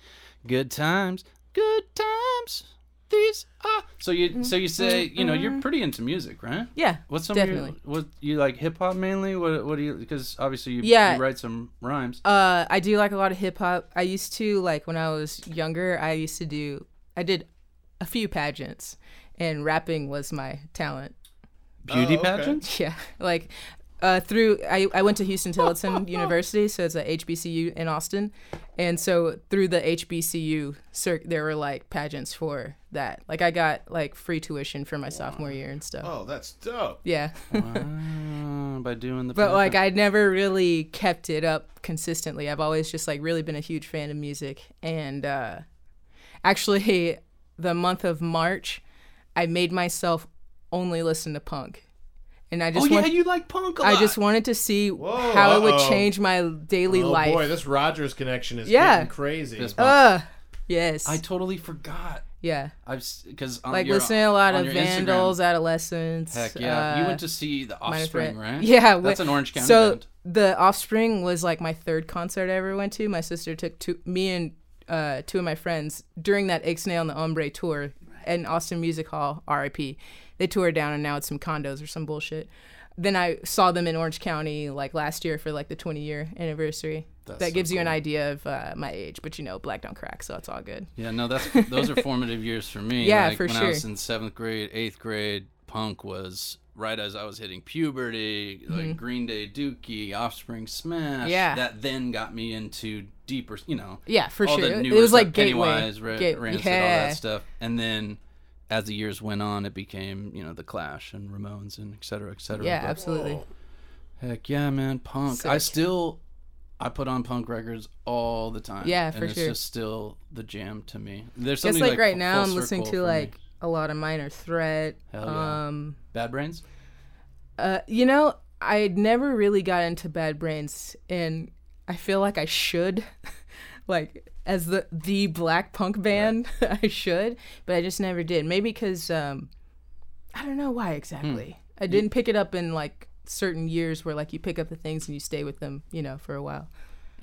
Speaker 3: Good times, good times. These are so you so you say you know you're pretty into music, right?
Speaker 2: Mm-hmm. Yeah.
Speaker 3: What's some
Speaker 2: definitely?
Speaker 3: of your, what you like hip hop mainly? What what do you because obviously you,
Speaker 2: Yeah.
Speaker 3: you write some rhymes.
Speaker 2: Uh, I do like a lot of hip hop. I used to like when I was younger. I used to do. I did a few pageants, and rapping was my talent.
Speaker 3: Beauty
Speaker 4: Oh, okay.
Speaker 3: pageants?
Speaker 2: Yeah, like uh, through I, I went to Houston Tillotson University, so it's a HBCU in Austin, and so through the HBCU, cir- there were like pageants for that. Like I got like free tuition for my sophomore year and stuff.
Speaker 4: Oh, that's dope.
Speaker 2: Yeah,
Speaker 3: Oh, Uh, by doing the
Speaker 2: but like
Speaker 3: pageant.
Speaker 2: I never really kept it up consistently. I've always just like really been a huge fan of music, and uh, actually, the month of March, I made myself only listen to punk. And I just
Speaker 3: oh yeah,
Speaker 2: want-
Speaker 3: you like punk a lot.
Speaker 2: I just wanted to see how it would
Speaker 4: uh-oh.
Speaker 2: change my daily
Speaker 4: Oh
Speaker 2: life.
Speaker 4: boy, this Rogers connection is
Speaker 2: Yeah.
Speaker 4: getting crazy.
Speaker 3: Fist bump.
Speaker 2: Ugh. Yes.
Speaker 3: I totally forgot.
Speaker 2: yeah.
Speaker 3: I've because
Speaker 2: Like listening to a lot of Vandals,
Speaker 3: Vandals.
Speaker 2: Adolescents.
Speaker 3: Heck yeah! you
Speaker 2: uh,
Speaker 3: went to see the
Speaker 2: Minor
Speaker 3: Offspring,
Speaker 2: Threat.
Speaker 3: right?
Speaker 2: Yeah.
Speaker 3: that's
Speaker 2: we-
Speaker 3: an Orange County
Speaker 2: So
Speaker 3: band.
Speaker 2: the Offspring was like my third concert I ever went to. My sister took two, me and uh, two of my friends during that Ixnay on the Ombre tour at Austin Music Hall, RIP. They toured down and now it's some condos or some bullshit. Then I saw them in Orange County like last year for like the 20 year anniversary. that gives you an idea of uh, my age, but you know, black don't crack, so it's all good.
Speaker 3: Yeah, no, that's those are formative years for me.
Speaker 2: Yeah,
Speaker 3: like,
Speaker 2: for
Speaker 3: when I was
Speaker 2: sure.
Speaker 3: in seventh grade, eighth grade, punk was right as I was hitting puberty. Like Green Day, Dookie, Offspring, Smash.
Speaker 2: Mm-hmm. Yeah.
Speaker 3: that then got me into deeper. You know.
Speaker 2: Yeah, for
Speaker 3: all
Speaker 2: sure.
Speaker 3: The
Speaker 2: It-
Speaker 3: newer
Speaker 2: it was
Speaker 3: stuff,
Speaker 2: like gateway.
Speaker 3: Pennywise, Ra-
Speaker 2: Gate-
Speaker 3: Rancid, all
Speaker 2: yeah.
Speaker 3: that stuff, and then as the years went on, it became you know the Clash and Ramones and et cetera, et cetera.
Speaker 2: Yeah,
Speaker 3: But
Speaker 2: absolutely.
Speaker 3: Heck yeah, man, punk. I
Speaker 2: Sick.
Speaker 3: still I put on punk records all the time.
Speaker 2: Yeah,
Speaker 3: and
Speaker 2: for
Speaker 3: it's
Speaker 2: sure.
Speaker 3: just still the jam to me. There's
Speaker 2: guess
Speaker 3: something
Speaker 2: like,
Speaker 3: like
Speaker 2: right
Speaker 3: fu-
Speaker 2: now
Speaker 3: full
Speaker 2: I'm listening
Speaker 3: circle
Speaker 2: to
Speaker 3: for me.
Speaker 2: like a lot of Minor Threat.
Speaker 3: Hell yeah.
Speaker 2: Um,
Speaker 3: Bad Brains.
Speaker 2: uh, you know, I never really got into Bad Brains, and I feel like I should, like as the the black punk band, I should, but I just never did. Maybe because um, I don't know why exactly.
Speaker 3: Hmm.
Speaker 2: I didn't pick it up in like certain years where like you pick up the things and you stay with them, you know, for a while.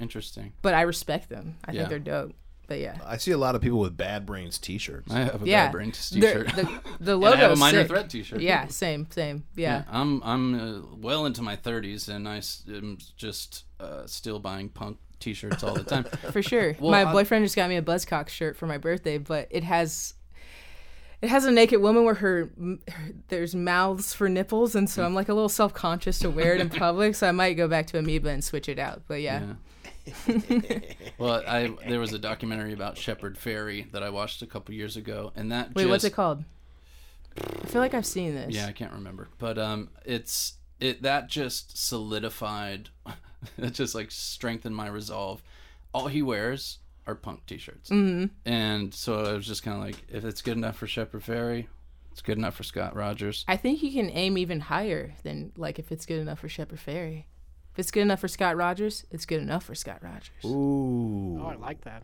Speaker 3: Interesting.
Speaker 2: But I respect them. I
Speaker 3: Yeah.
Speaker 2: think they're dope. But yeah.
Speaker 4: I see a lot of people with Bad Brains T-shirts.
Speaker 3: I have a
Speaker 2: yeah.
Speaker 3: Bad Brains
Speaker 2: They're-
Speaker 3: t-shirt.
Speaker 2: The, the
Speaker 3: and I
Speaker 2: logo
Speaker 3: have a Minor
Speaker 2: sick.
Speaker 3: Threat t-shirt.
Speaker 2: Yeah, same, same. Yeah.
Speaker 3: I'm I'm uh, well into my 30s and I s- am just uh, still buying punk t-shirts all the time.
Speaker 2: for sure.
Speaker 3: Well,
Speaker 2: my
Speaker 3: I-
Speaker 2: boyfriend just got me a Buzzcock shirt for my birthday, but it has it has a naked woman where her, her there's mouths for nipples, and so I'm like a little self conscious to wear it in public, so I might go back to Amoeba and switch it out. But yeah,
Speaker 3: well, I there was a documentary about Shepherd Fairey that I watched a couple years ago and that
Speaker 2: wait, what's it
Speaker 3: just-
Speaker 2: called? I feel like I've seen this.
Speaker 3: Yeah, I can't remember. But um it's it that just solidified it just like strengthened my resolve. All he wears are punk t-shirts. Mm-hmm. And so I was just kind of like if it's good enough for Shepard Fairey, it's good enough for Scott Rogers.
Speaker 2: I think you can aim even higher than like if it's good enough for Shepard Fairey. If it's good enough for Scott Rogers, it's good enough for Scott Rogers.
Speaker 4: Ooh.
Speaker 5: Oh, I like that.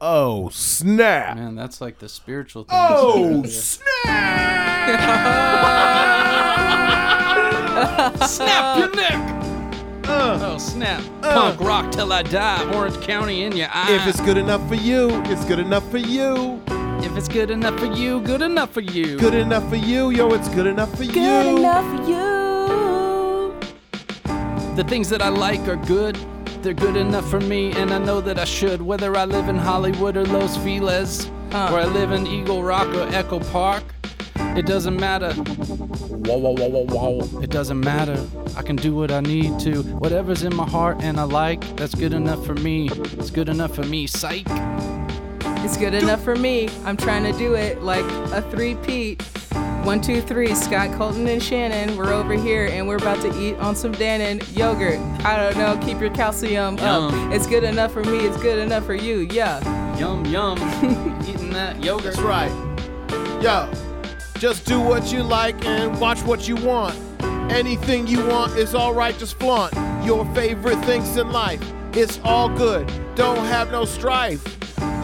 Speaker 4: Oh snap!
Speaker 3: Man, that's like the spiritual thing.
Speaker 4: Oh snap!
Speaker 3: snap your neck. oh snap! Punk rock till I die. Orange County in your eye.
Speaker 4: if it's good enough for you, it's good enough for you.
Speaker 3: if it's good enough for you, good enough for you.
Speaker 4: Good enough for you, yo. It's good enough for you.
Speaker 2: for you.
Speaker 3: The things that I like are good. They're good enough for me, and I know that I should. Whether I live in Hollywood or Los Feliz, or I live in Eagle Rock or Echo Park, it doesn't matter. Wow, wow, wow, wow, wow. It doesn't matter. I can do what I need to. Whatever's in my heart and I like, that's good enough for me. It's good enough for me. Psych.
Speaker 2: It's good enough for me. I'm trying to do it like a three-peat. One, two, three. Scott Colton and Shannon. We're over here and we're about to eat on some Dannon yogurt. I don't know. Keep your calcium
Speaker 3: Yum.
Speaker 2: up. It's good enough for me. It's good enough for you. Yeah.
Speaker 3: Yum, yum. Eating that yogurt.
Speaker 4: That's right. Yo,
Speaker 6: Just do what you like and watch what you want. Anything you want is alright, just flaunt your favorite things in life. It's all good, don't have no strife.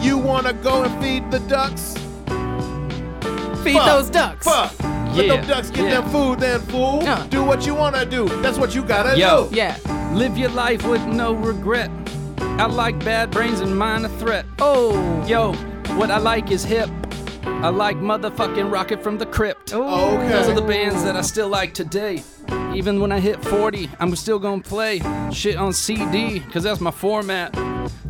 Speaker 6: You wanna go and feed the ducks?
Speaker 2: Feed
Speaker 6: Fuck.
Speaker 2: those ducks.
Speaker 6: Fuck! Let
Speaker 3: Yeah,
Speaker 6: them ducks get
Speaker 3: yeah.
Speaker 6: them food, then fool.
Speaker 2: Yeah.
Speaker 6: Do what you wanna do, that's what you gotta
Speaker 3: Yo.
Speaker 6: do.
Speaker 2: Yeah.
Speaker 3: Live your life with no regret. I like bad brains and minor threat.
Speaker 2: Oh.
Speaker 3: Yo, what I like is hip. I like motherfucking Rocket from the Crypt.
Speaker 6: Okay.
Speaker 3: Those are the bands that I still like today. Even when I hit 40, I'm still gonna play shit on CD, cause that's my format.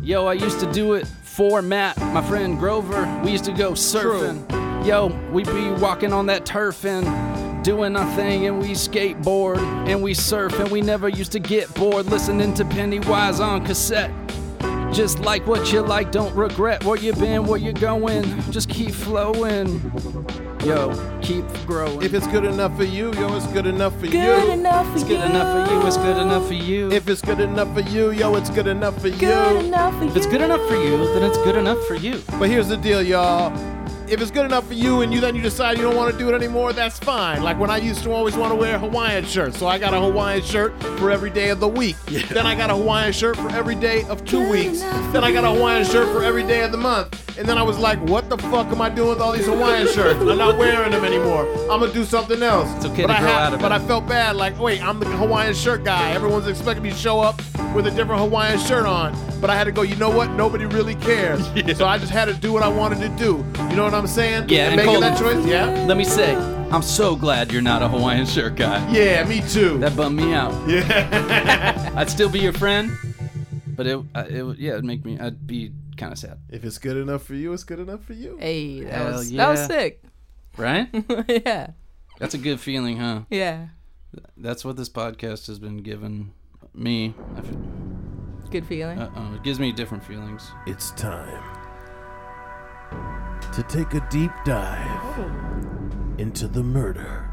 Speaker 3: Yo, I used to do it for Matt, my friend Grover. We used to go surfing. Yo, we be walking on that turf and doing our thing and we skateboard and we surf and we never used to get bored listening to Pennywise on cassette. Just like what you like, don't regret where you been, where you're going. Just keep flowing. Yo, keep growing.
Speaker 6: If it's good enough for you, yo, it's good enough for
Speaker 2: Good
Speaker 6: you.
Speaker 2: enough for
Speaker 3: it's good enough for you, it's good enough for you.
Speaker 6: If it's good enough for you, yo, it's good enough for you.
Speaker 2: Good enough for you.
Speaker 3: If it's good enough for you, then it's good enough for you.
Speaker 6: But here's the deal, y'all. If it's good enough for you and you then you decide you don't want to do it anymore, that's fine. Like when I used to always want to wear a Hawaiian shirt, so I got a Hawaiian shirt for every day of the week. Then I got a Hawaiian shirt for every day of two weeks. Then I got a Hawaiian shirt for every day of the month. And then I was like, what the fuck am I doing with all these Hawaiian shirts? I'm not wearing them anymore. I'm gonna do something else.
Speaker 3: It's okay
Speaker 6: but
Speaker 3: to
Speaker 6: I
Speaker 3: grow
Speaker 6: had-
Speaker 3: out of
Speaker 6: But
Speaker 3: it.
Speaker 6: I felt bad. Like, wait, I'm the Hawaiian shirt guy. Everyone's expecting me to show up with a different Hawaiian shirt on. But I had to go. You know what? Nobody really cares. So I just had to do what I wanted to do. You know what I'm saying?
Speaker 3: Yeah,
Speaker 6: And
Speaker 3: and
Speaker 6: making
Speaker 3: Cole-
Speaker 6: that choice. Yeah.
Speaker 3: Let me say, I'm so glad you're not a Hawaiian shirt guy.
Speaker 6: Yeah, me too.
Speaker 3: That bummed me out. Yeah. I'd still be your friend, but it, I- it would- yeah, it'd make me, I'd be kind of sad.
Speaker 6: if it's good enough for you, it's good enough for you.
Speaker 2: Hey, that
Speaker 3: Hell
Speaker 2: was that was
Speaker 3: yeah.
Speaker 2: sick.
Speaker 3: Right?
Speaker 2: yeah,
Speaker 3: That's a good feeling, huh?
Speaker 2: yeah.
Speaker 3: That's what this podcast has been giving me. I feel,
Speaker 2: Good feeling.
Speaker 3: uh-oh, it gives me different feelings.
Speaker 6: It's time to take a deep dive into the murder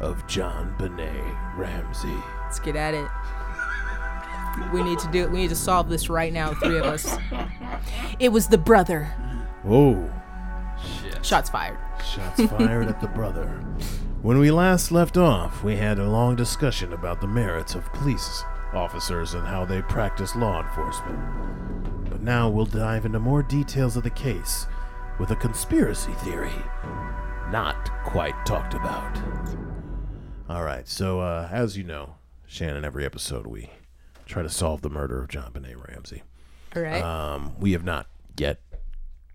Speaker 6: of John Benet Ramsey.
Speaker 2: Let's get at it. We need to do it. We need to solve this right now, the three of us. It was the brother.
Speaker 6: Oh.
Speaker 2: Shots fired.
Speaker 6: Shots fired at the brother. When we last left off, we had a long discussion about the merits of police officers and how they practice law enforcement. But now we'll dive into more details of the case with a conspiracy theory not quite talked about. All right, so uh, as you know, Shannon, every episode we try to solve the murder of John Benet Ramsey.
Speaker 2: All right.
Speaker 6: Um, we have not yet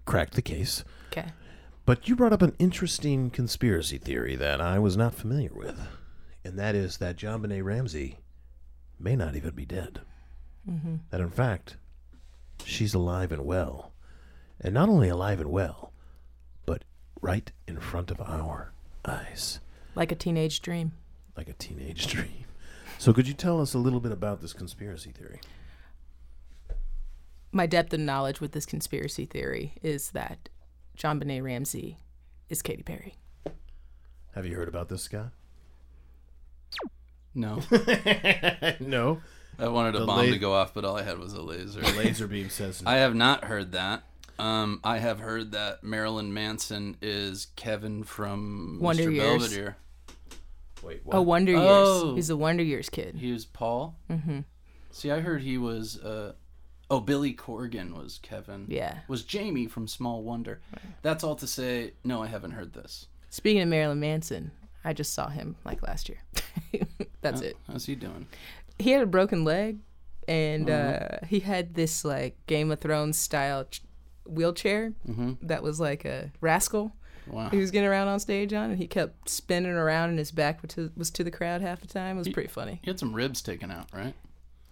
Speaker 6: cracked the case.
Speaker 2: okay.
Speaker 6: But you brought up an interesting conspiracy theory that I was not familiar with, and that is that John Benet Ramsey may not even be dead. That in fact, she's alive and well, and not only alive and well, but right in front of our eyes,
Speaker 2: Like a teenage dream.
Speaker 6: like a teenage dream. So, could you tell us a little bit about this conspiracy theory?
Speaker 2: My depth of knowledge with this conspiracy theory is that John Benet Ramsey is Katy Perry.
Speaker 6: Have you heard about this, Scott?
Speaker 3: No.
Speaker 6: No.
Speaker 3: I wanted a bomb
Speaker 6: la-
Speaker 3: to go off, but all I had was a laser.
Speaker 6: Laser beam says
Speaker 3: I have not heard that. Um, I have heard that Marilyn Manson is Kevin from
Speaker 2: Wonder
Speaker 3: Mr.
Speaker 2: Years.
Speaker 3: Belvedere.
Speaker 6: Wait,
Speaker 2: A Wonder Years.
Speaker 3: Oh.
Speaker 2: He's a Wonder Years kid.
Speaker 3: He was Paul. Mm-hmm. See, I heard he was. Uh, oh, Billy Corgan was Kevin.
Speaker 2: Yeah.
Speaker 3: Was Jamie from Small Wonder? That's all to say. No, I haven't heard this.
Speaker 2: Speaking of Marilyn Manson, I just saw him like last year. That's it.
Speaker 3: How's he doing?
Speaker 2: he had a broken leg and
Speaker 3: Mm-hmm.
Speaker 2: uh, he had this like game of thrones style ch- wheelchair that was like a rascal
Speaker 3: Mm-hmm. Wow.
Speaker 2: he was getting around on stage on and he kept spinning around and his back was to, was to the crowd half the time it was pretty funny
Speaker 3: He had some ribs taken out, right?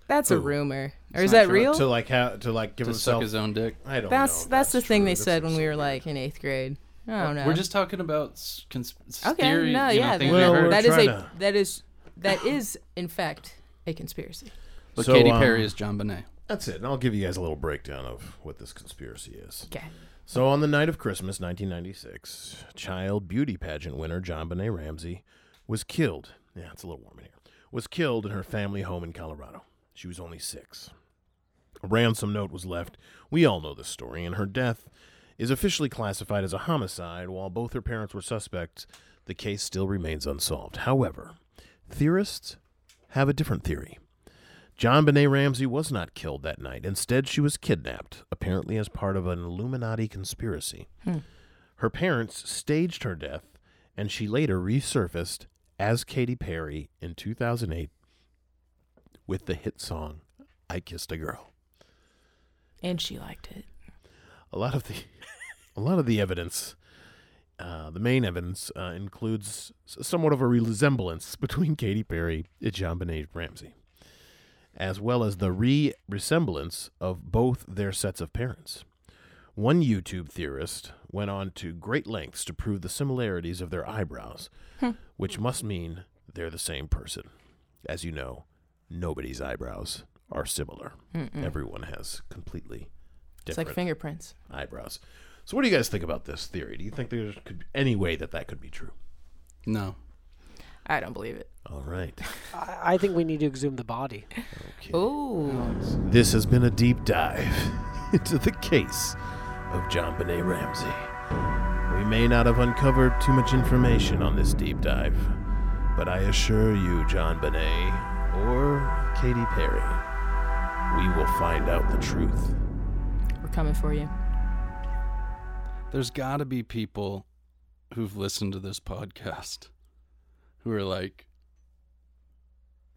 Speaker 2: that's a rumor or is
Speaker 3: not
Speaker 2: that
Speaker 3: true.
Speaker 2: real
Speaker 6: to like how to like give
Speaker 3: To
Speaker 6: himself
Speaker 3: suck his own dick.
Speaker 6: I don't
Speaker 2: that's
Speaker 6: know. if
Speaker 2: that's the thing
Speaker 6: true.
Speaker 2: they
Speaker 6: This
Speaker 2: said when
Speaker 6: is-
Speaker 2: we were like in eighth grade i don't know
Speaker 3: We're just talking about s- cons-
Speaker 2: okay
Speaker 3: theory.
Speaker 2: no
Speaker 3: you know,
Speaker 2: yeah
Speaker 3: things
Speaker 6: Well,
Speaker 3: we
Speaker 6: we're
Speaker 3: heard.
Speaker 2: that is a
Speaker 6: trying to-
Speaker 2: that is that is in fact a conspiracy
Speaker 3: But
Speaker 6: So,
Speaker 3: Katy
Speaker 6: um,
Speaker 3: Perry is John Bonet.
Speaker 6: That's it. And I'll give you guys a little breakdown of what this conspiracy is.
Speaker 2: okay
Speaker 6: So, on the night of Christmas 1996, child beauty pageant winner John Benet Ramsey was killed. Yeah, it's a little warm in here. Was killed in her family home in Colorado. She was only six. A ransom note was left. We all know this story, and her death is officially classified as a homicide. While both her parents were suspects, the case still remains unsolved. However, theorists have a different theory. John Benet Ramsey was not killed that night. Instead, she was kidnapped, apparently as part of an Illuminati conspiracy. Her parents staged her death, and she later resurfaced as Katy Perry in 2008 with the hit song I Kissed a Girl.
Speaker 2: and she liked it
Speaker 6: A lot of the a lot of the evidence uh, the main evidence uh, includes s- somewhat of a resemblance between Katy Perry and John Benet Ramsey, as well as the re resemblance of both their sets of parents.
Speaker 4: One YouTube theorist went on to great lengths to prove the similarities of their eyebrows, which must mean they're the same person. As you know, nobody's eyebrows are similar. Everyone has completely
Speaker 2: It's
Speaker 4: different
Speaker 2: like fingerprints.
Speaker 4: eyebrows. So, what do you guys think about this theory? Do you think there's could, any way that that could be true?
Speaker 3: No.
Speaker 2: I don't believe it.
Speaker 4: All right.
Speaker 5: I, I think we need to exhume the body.
Speaker 2: Ooh.
Speaker 4: This has been a deep dive into the case of John Benet Ramsey. We may not have uncovered too much information on this deep dive, but I assure you, John Benet or Katy Perry, we will find out the truth.
Speaker 2: We're coming for you.
Speaker 3: There's got to be people who've listened to this podcast who are like,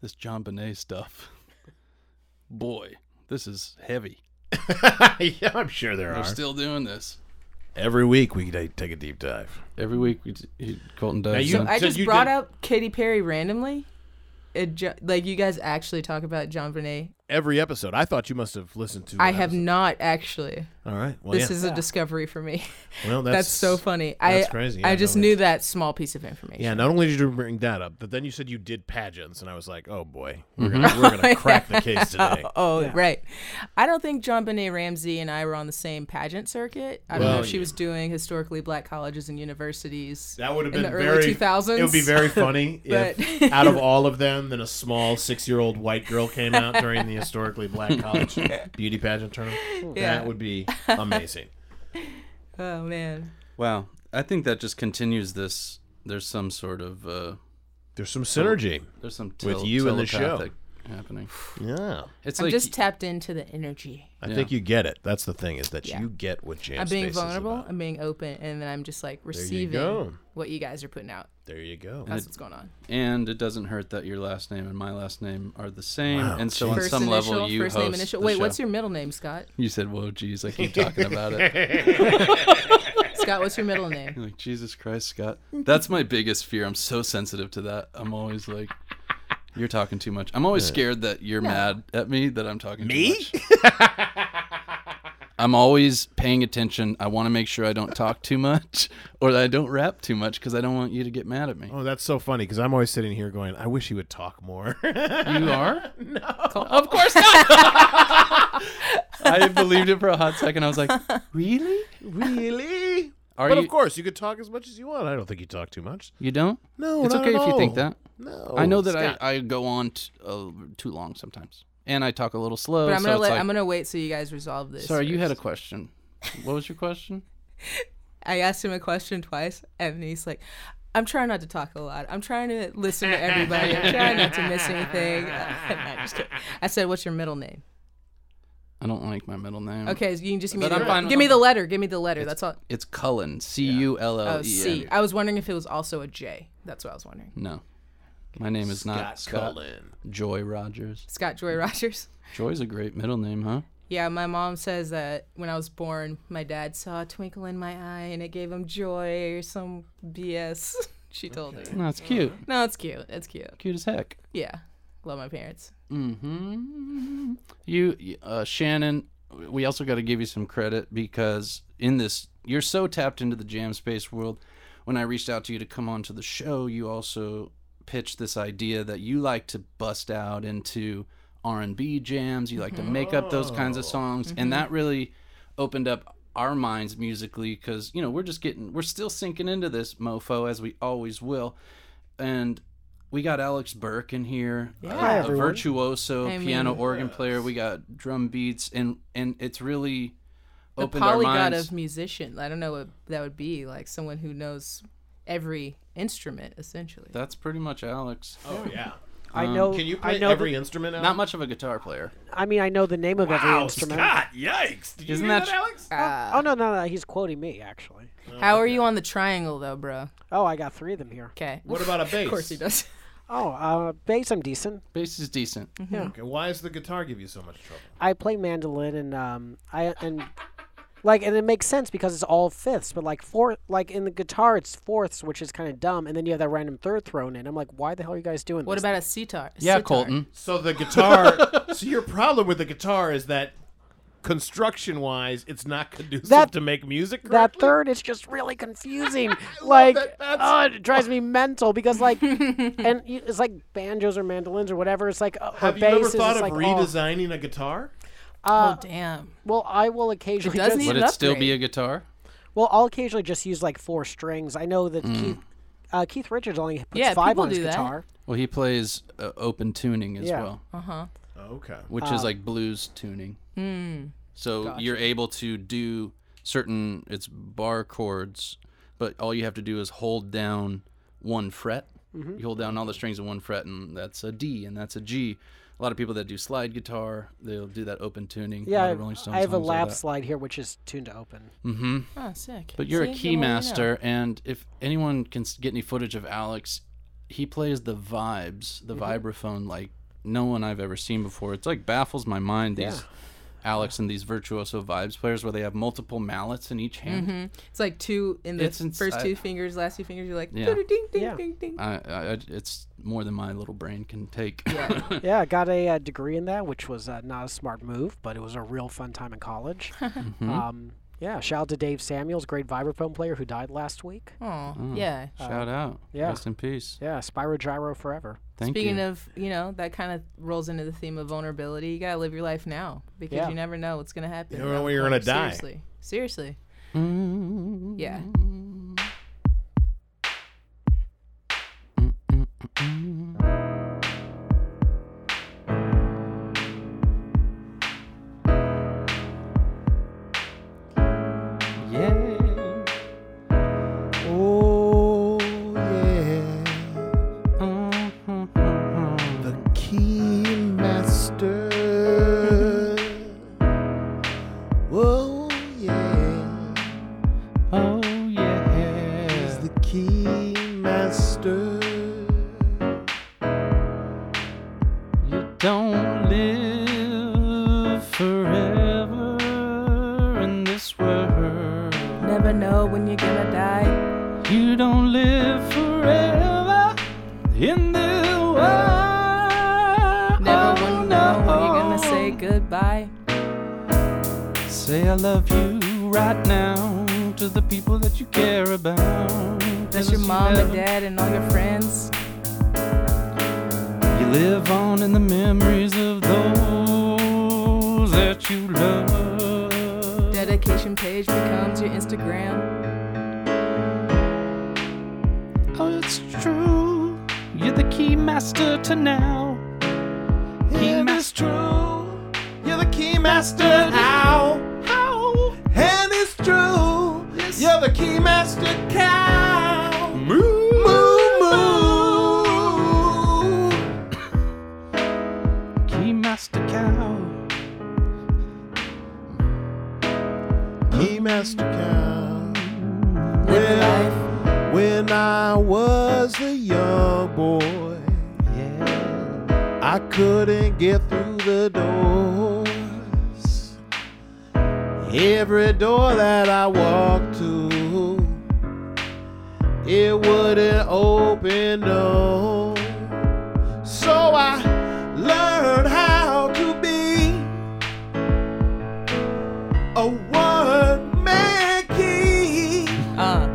Speaker 3: this John Bonet stuff, boy, this is heavy.
Speaker 4: yeah, I'm sure there
Speaker 3: They're still doing this.
Speaker 4: Every week we ta- take a deep dive.
Speaker 3: Every week, we t- he- Colton
Speaker 4: Now
Speaker 3: does.
Speaker 4: you-
Speaker 3: some-
Speaker 2: I
Speaker 4: So
Speaker 2: just
Speaker 4: you
Speaker 2: brought
Speaker 4: did-
Speaker 2: up Katy Perry randomly. It ju- like you guys actually talk about John Bonet.
Speaker 4: Every episode. I thought you must have listened to.
Speaker 2: I
Speaker 4: an
Speaker 2: have
Speaker 4: episode.
Speaker 2: not actually.
Speaker 4: All right. Well,
Speaker 2: This
Speaker 4: yeah.
Speaker 2: is a discovery for me.
Speaker 4: well,
Speaker 2: That's, so funny.
Speaker 4: that's
Speaker 2: I
Speaker 4: crazy. Yeah,
Speaker 2: I just
Speaker 4: no,
Speaker 2: knew that small piece of information.
Speaker 4: Yeah, not only did you bring that up, but then you said you did pageants, and I was like, oh boy, we're gonna,
Speaker 2: Mm-hmm.
Speaker 4: we're gonna crack the case today.
Speaker 2: Oh, right. I don't think John Benet Ramsey and I were on the same pageant circuit. I don't know
Speaker 4: Well,
Speaker 2: if she
Speaker 4: yeah.
Speaker 2: was doing historically black colleges and universities.
Speaker 4: That would have
Speaker 2: In
Speaker 4: been
Speaker 2: the early
Speaker 4: very
Speaker 2: 2000s.
Speaker 4: It would be very funny if
Speaker 2: But-
Speaker 4: out of all of them, then a small six-year-old white girl came out during the historically black college beauty pageant tournament.
Speaker 2: Yeah.
Speaker 4: That would be amazing.
Speaker 2: oh man.
Speaker 3: wow. I think that just continues this. There's some sort of, uh,
Speaker 4: There's some synergy.
Speaker 3: there's some tel-
Speaker 4: With you and the show.
Speaker 3: telepathic happening.
Speaker 4: Yeah,
Speaker 3: It's
Speaker 2: I'm
Speaker 3: like
Speaker 2: just tapped into the energy.
Speaker 4: I think you get it. That's the thing is that
Speaker 2: Yeah.
Speaker 4: you get what James.
Speaker 2: I'm being
Speaker 4: Space is
Speaker 2: vulnerable.
Speaker 4: about.
Speaker 2: I'm being open, and then I'm just like receiving
Speaker 4: go.
Speaker 2: what you guys are putting out.
Speaker 4: There you go.
Speaker 2: That's what's going on.
Speaker 3: and it doesn't hurt that your last name and my last name are the same.
Speaker 4: Wow,
Speaker 3: and so on
Speaker 2: First
Speaker 3: some
Speaker 2: initial,
Speaker 3: level, you
Speaker 2: first
Speaker 3: host
Speaker 2: name initial.
Speaker 3: the
Speaker 2: Wait,
Speaker 3: show.
Speaker 2: what's your middle name, Scott?
Speaker 3: You said, "Whoa, geez!" I keep talking about it.
Speaker 2: Scott, what's your middle name?
Speaker 3: You're like Jesus Christ, Scott. That's my biggest fear. I'm so sensitive to that. I'm always like, "You're talking too much." I'm always scared that you're mad at me that I'm talking. Me? Too much. I'm always paying attention. I want to make sure I don't talk too much or that I don't rap too much because I don't want you to get mad at me.
Speaker 4: Oh, that's so funny because I'm always sitting here going, I wish he would talk more.
Speaker 3: You are? No. Of course not. I believed it for a hot second. I was like, really?
Speaker 4: really?
Speaker 3: Are
Speaker 4: but
Speaker 3: you?
Speaker 4: of course, you could talk as much as you want. I don't think you talk too much.
Speaker 3: You don't?
Speaker 4: No,
Speaker 3: It's
Speaker 4: not
Speaker 3: okay
Speaker 4: at
Speaker 3: if you think
Speaker 4: all.
Speaker 3: that.
Speaker 4: No,
Speaker 3: I know that
Speaker 4: Scott.
Speaker 3: I, I go on t- uh, too long sometimes, and I talk a little slow.
Speaker 2: But I'm
Speaker 3: so
Speaker 2: gonna
Speaker 3: it's
Speaker 2: let,
Speaker 3: like-
Speaker 2: I'm gonna wait till you guys resolve this.
Speaker 3: Sorry, you had a
Speaker 2: first.
Speaker 3: question. What was your question?
Speaker 2: I asked him a question twice, and he's like, "I'm trying not to talk a lot. I'm trying to listen to everybody. I'm trying not to miss anything." I, just kidding. I said, "What's your middle name?"
Speaker 3: I don't like my middle name.
Speaker 2: Okay, so you can just give me
Speaker 3: But I'm
Speaker 2: the,
Speaker 3: fine with
Speaker 2: give me
Speaker 3: it.
Speaker 2: the letter. Give me the letter. That's all.
Speaker 3: It's Cullen. C U L
Speaker 2: Oh,
Speaker 3: L E
Speaker 2: C.
Speaker 3: N.
Speaker 2: I was wondering if it was also a J. That's what I was wondering.
Speaker 3: No, my name is not Scott.
Speaker 4: Cullen.
Speaker 3: Joy Rogers.
Speaker 2: Scott Joy Rogers.
Speaker 3: Joy's a great middle name, huh?
Speaker 2: Yeah, my mom says that when I was born, my dad saw a twinkle in my eye and it gave him joy or some BS. she told me.
Speaker 3: No, it's cute.
Speaker 2: No, it's cute. It's cute.
Speaker 3: Cute as heck.
Speaker 2: Yeah. Love my parents.
Speaker 3: hmm You, uh, Shannon, we also got to give you some credit because in this, you're so tapped into the jam space world. When I reached out to you to come onto the show, you also pitched this idea that you like to bust out into R&B jams. You like to make up those kinds of songs,
Speaker 5: Mm-hmm.
Speaker 3: and that really opened up our minds musically because you know we're just getting we're still sinking into this mofo as we always will, and we got Alex Burke in here, uh, a-
Speaker 5: Hi,
Speaker 3: a
Speaker 5: everyone.
Speaker 3: Mm-hmm. virtuoso
Speaker 2: I
Speaker 3: piano
Speaker 2: mean-
Speaker 3: organ player. We got drum beats, and and it's really
Speaker 2: The
Speaker 3: opened our
Speaker 2: polyglot
Speaker 3: minds.
Speaker 2: of musician. I don't know what that would be. Like someone who knows every instrument, essentially.
Speaker 3: That's pretty much Alex.
Speaker 4: Oh yeah.
Speaker 5: I know.
Speaker 4: Can you
Speaker 5: I
Speaker 4: play
Speaker 5: know
Speaker 4: every
Speaker 5: The,
Speaker 4: instrument?
Speaker 3: Not much of a guitar player.
Speaker 5: I mean, I know the name of every
Speaker 4: Wow,
Speaker 5: instrument.
Speaker 4: Scott! Yikes! Did you
Speaker 3: Isn't
Speaker 4: hear
Speaker 3: that-
Speaker 4: that, Alex?
Speaker 5: Oh no, no, no. He's quoting me actually.
Speaker 2: How are you on the triangle, though, bro?
Speaker 5: Oh, I got three of them here.
Speaker 2: Okay.
Speaker 4: What about a bass?
Speaker 2: Ah, Of course he does.
Speaker 5: Oh, uh, bass. I'm decent.
Speaker 3: Bass is decent.
Speaker 2: Mm-hmm.
Speaker 4: Okay, why does the guitar give you so much trouble?
Speaker 5: I play mandolin and um I and like and it makes sense because it's all fifths, but like four like in the guitar it's fourths, which is kind of dumb, and then you have that random third thrown in. I'm like, why the hell are you guys doing
Speaker 2: What
Speaker 5: this?
Speaker 2: about a sitar?
Speaker 3: Yeah,
Speaker 2: sitar?
Speaker 3: Colton.
Speaker 4: So the guitar. so your problem with the guitar is that construction wise, it's not conducive
Speaker 5: That-
Speaker 4: to make music. Correctly.
Speaker 5: that third it's just really confusing like
Speaker 4: that. That's-
Speaker 5: oh, it drives me mental because like and you- it's like banjos or mandolins or whatever it's like uh, or
Speaker 4: Have you ever
Speaker 5: basses,
Speaker 4: thought
Speaker 5: it's
Speaker 4: of
Speaker 5: like, oh,
Speaker 4: redesigning a guitar?
Speaker 2: oh damn.
Speaker 5: well i will occasionally
Speaker 2: does
Speaker 5: just-
Speaker 2: need-
Speaker 3: Would
Speaker 2: an
Speaker 3: it still
Speaker 2: upgrade.
Speaker 3: be a guitar?
Speaker 5: well i'll occasionally just use like four strings i know
Speaker 3: Mm.
Speaker 5: that keith uh, Keith Richards only puts
Speaker 2: Yeah,
Speaker 5: five
Speaker 2: people
Speaker 5: on his
Speaker 2: do that.
Speaker 5: guitar.
Speaker 3: Well, he plays uh, open tuning as
Speaker 5: Yeah.
Speaker 3: well,
Speaker 4: Okay.
Speaker 3: which
Speaker 5: Uh,
Speaker 3: is like blues tuning.
Speaker 5: hmm.
Speaker 3: So you're able to do certain it's bar chords, but all you have to do is hold down one fret.
Speaker 5: Mm-hmm.
Speaker 3: You hold down all the strings in one fret, and that's a D, and that's a G. A lot of people that do slide guitar, they'll do that open tuning. a
Speaker 5: Yeah,
Speaker 3: lot
Speaker 5: I,
Speaker 3: of Rolling Stones
Speaker 5: I have a
Speaker 3: songs
Speaker 5: lap
Speaker 3: like that.
Speaker 5: slide here, which is tuned to open.
Speaker 2: Oh, sick.
Speaker 3: But you're
Speaker 2: See,
Speaker 3: a
Speaker 2: the
Speaker 3: key
Speaker 2: more you know.
Speaker 3: master, and if anyone can s- get any footage of Alex, he plays the vibes,
Speaker 2: Mm-hmm.
Speaker 3: the vibraphone, like no one I've ever seen before. It's like baffles my mind these Alex and these virtuoso vibes players where they have multiple mallets in each hand.
Speaker 2: It's like two in the
Speaker 3: It's ins-
Speaker 2: first
Speaker 3: I-
Speaker 2: two fingers, last two fingers. You're like,
Speaker 3: Yeah.
Speaker 2: ding, ding,
Speaker 5: Yeah.
Speaker 2: ding, ding.
Speaker 3: I, I, I- it's more than my little brain can take.
Speaker 5: Yeah, I got a uh, degree in that, which was uh, not a smart move, but it was a real fun time in college.
Speaker 3: Mm-hmm.
Speaker 5: um, yeah, shout out to Dave Samuels, great vibraphone player who died last week.
Speaker 2: Aw, yeah.
Speaker 3: Shout out.
Speaker 5: yeah.
Speaker 3: Rest in peace.
Speaker 5: Yeah, Spyro Gyro forever.
Speaker 3: Thank
Speaker 2: Speaking
Speaker 3: you.
Speaker 2: of, you know, that kind of rolls into the theme of vulnerability. You gotta live your life now because
Speaker 5: Yeah.
Speaker 2: you never know what's gonna happen.
Speaker 4: You never
Speaker 2: around
Speaker 4: know
Speaker 2: the
Speaker 4: when you're gonna
Speaker 2: corner.
Speaker 4: die.
Speaker 2: Seriously, seriously.
Speaker 3: Mm.
Speaker 2: Yeah.
Speaker 3: Mm-hmm. yeah.
Speaker 6: Oh, yeah. The key master. Oh, yeah.
Speaker 3: Oh,
Speaker 6: He's
Speaker 3: yeah.
Speaker 6: the key master.
Speaker 3: You don't live forever in this world.
Speaker 2: Never know when you're gonna die.
Speaker 3: You don't live forever in this world. Oh,
Speaker 2: Never will know when you're gonna say goodbye.
Speaker 3: Say I love you right now to the people that you care about.
Speaker 2: That's
Speaker 3: Cause
Speaker 2: your
Speaker 3: you
Speaker 2: mom and
Speaker 3: never-
Speaker 2: dad and all your friends.
Speaker 3: You live on in the memories of those that you love.
Speaker 2: Dedication page becomes your Instagram.
Speaker 3: Oh, it's true. You're the key master to now. Key master.
Speaker 6: You're the key master now.
Speaker 3: How?
Speaker 6: And it's true.
Speaker 3: Yes.
Speaker 6: You're the key master cow. Moo, moo, moo.
Speaker 3: Key master cow.
Speaker 6: Key master cow.
Speaker 2: Live your
Speaker 6: Well,
Speaker 2: life.
Speaker 6: When I was a young boy,
Speaker 3: Yeah.
Speaker 6: I couldn't get through the doors. Every door that I walked to, it wouldn't open no. So I learned how to be a one man key.
Speaker 2: Uh,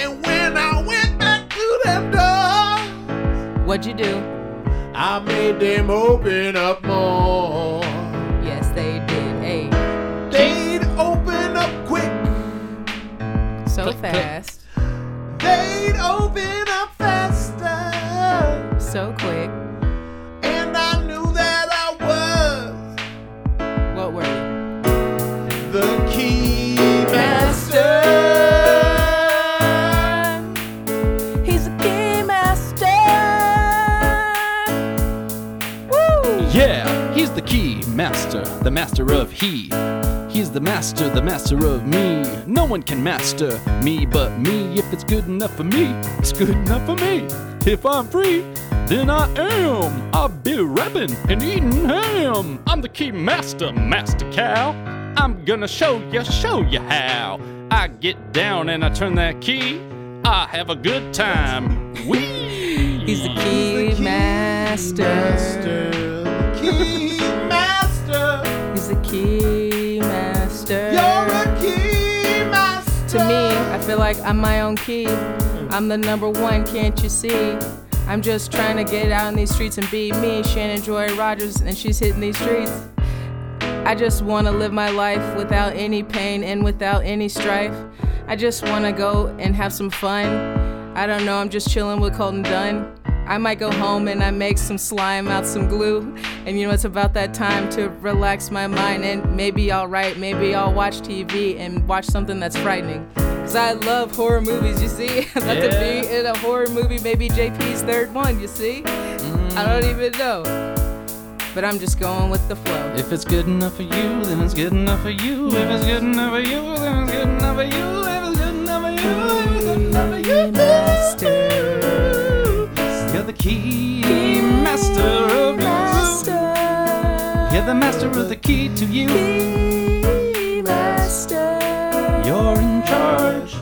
Speaker 6: And when I went back to them doors,
Speaker 2: what'd you do?
Speaker 6: I made them open up more.
Speaker 2: Yes, they did. Hey,
Speaker 6: They'd open up quick,
Speaker 2: so
Speaker 3: Click, click.
Speaker 2: fast,
Speaker 6: they'd open up faster.
Speaker 2: so quick.
Speaker 6: And I knew that I was
Speaker 2: What were you?
Speaker 6: the key master.
Speaker 2: He's a game master. Woo!
Speaker 3: Yeah, he's the key master, the master of he. He's the master, the master of me. No one can master me but me. If it's good enough for me, it's good enough for me. If I'm free, then I am. I'll be rapping and eating ham. I'm the key master, master cow. I'm gonna show you, show you how. I get down and I turn that key. I have a good time. Wee!
Speaker 2: He's the key, master.
Speaker 6: Master, the key master.
Speaker 2: He's the key master.
Speaker 7: key master.
Speaker 2: To me, I feel like I'm my own key. I'm the number one, can't you see? I'm just trying to get out in these streets and be me, Shannon Joy Rogers, and she's hitting these streets. I just wanna live my life without any pain and without any strife. I just wanna go and have some fun. I don't know, I'm just chilling with Colton Dunn. I might go home and I make some slime out some glue. And you know, it's about that time to relax my mind. And maybe I'll write, maybe I'll watch TV and watch something that's frightening. Cause I love horror movies, you see? I'd like to be in a horror movie, maybe JP's third one, you see? I don't even know. But I'm just going with the flow.
Speaker 8: If it's good enough for you, then it's good enough for you. If it's good enough for you, then it's good enough for you. If it's good enough for you, if it's good enough for you. You're the key, master of you. You're the master of the key to you. You're in charge.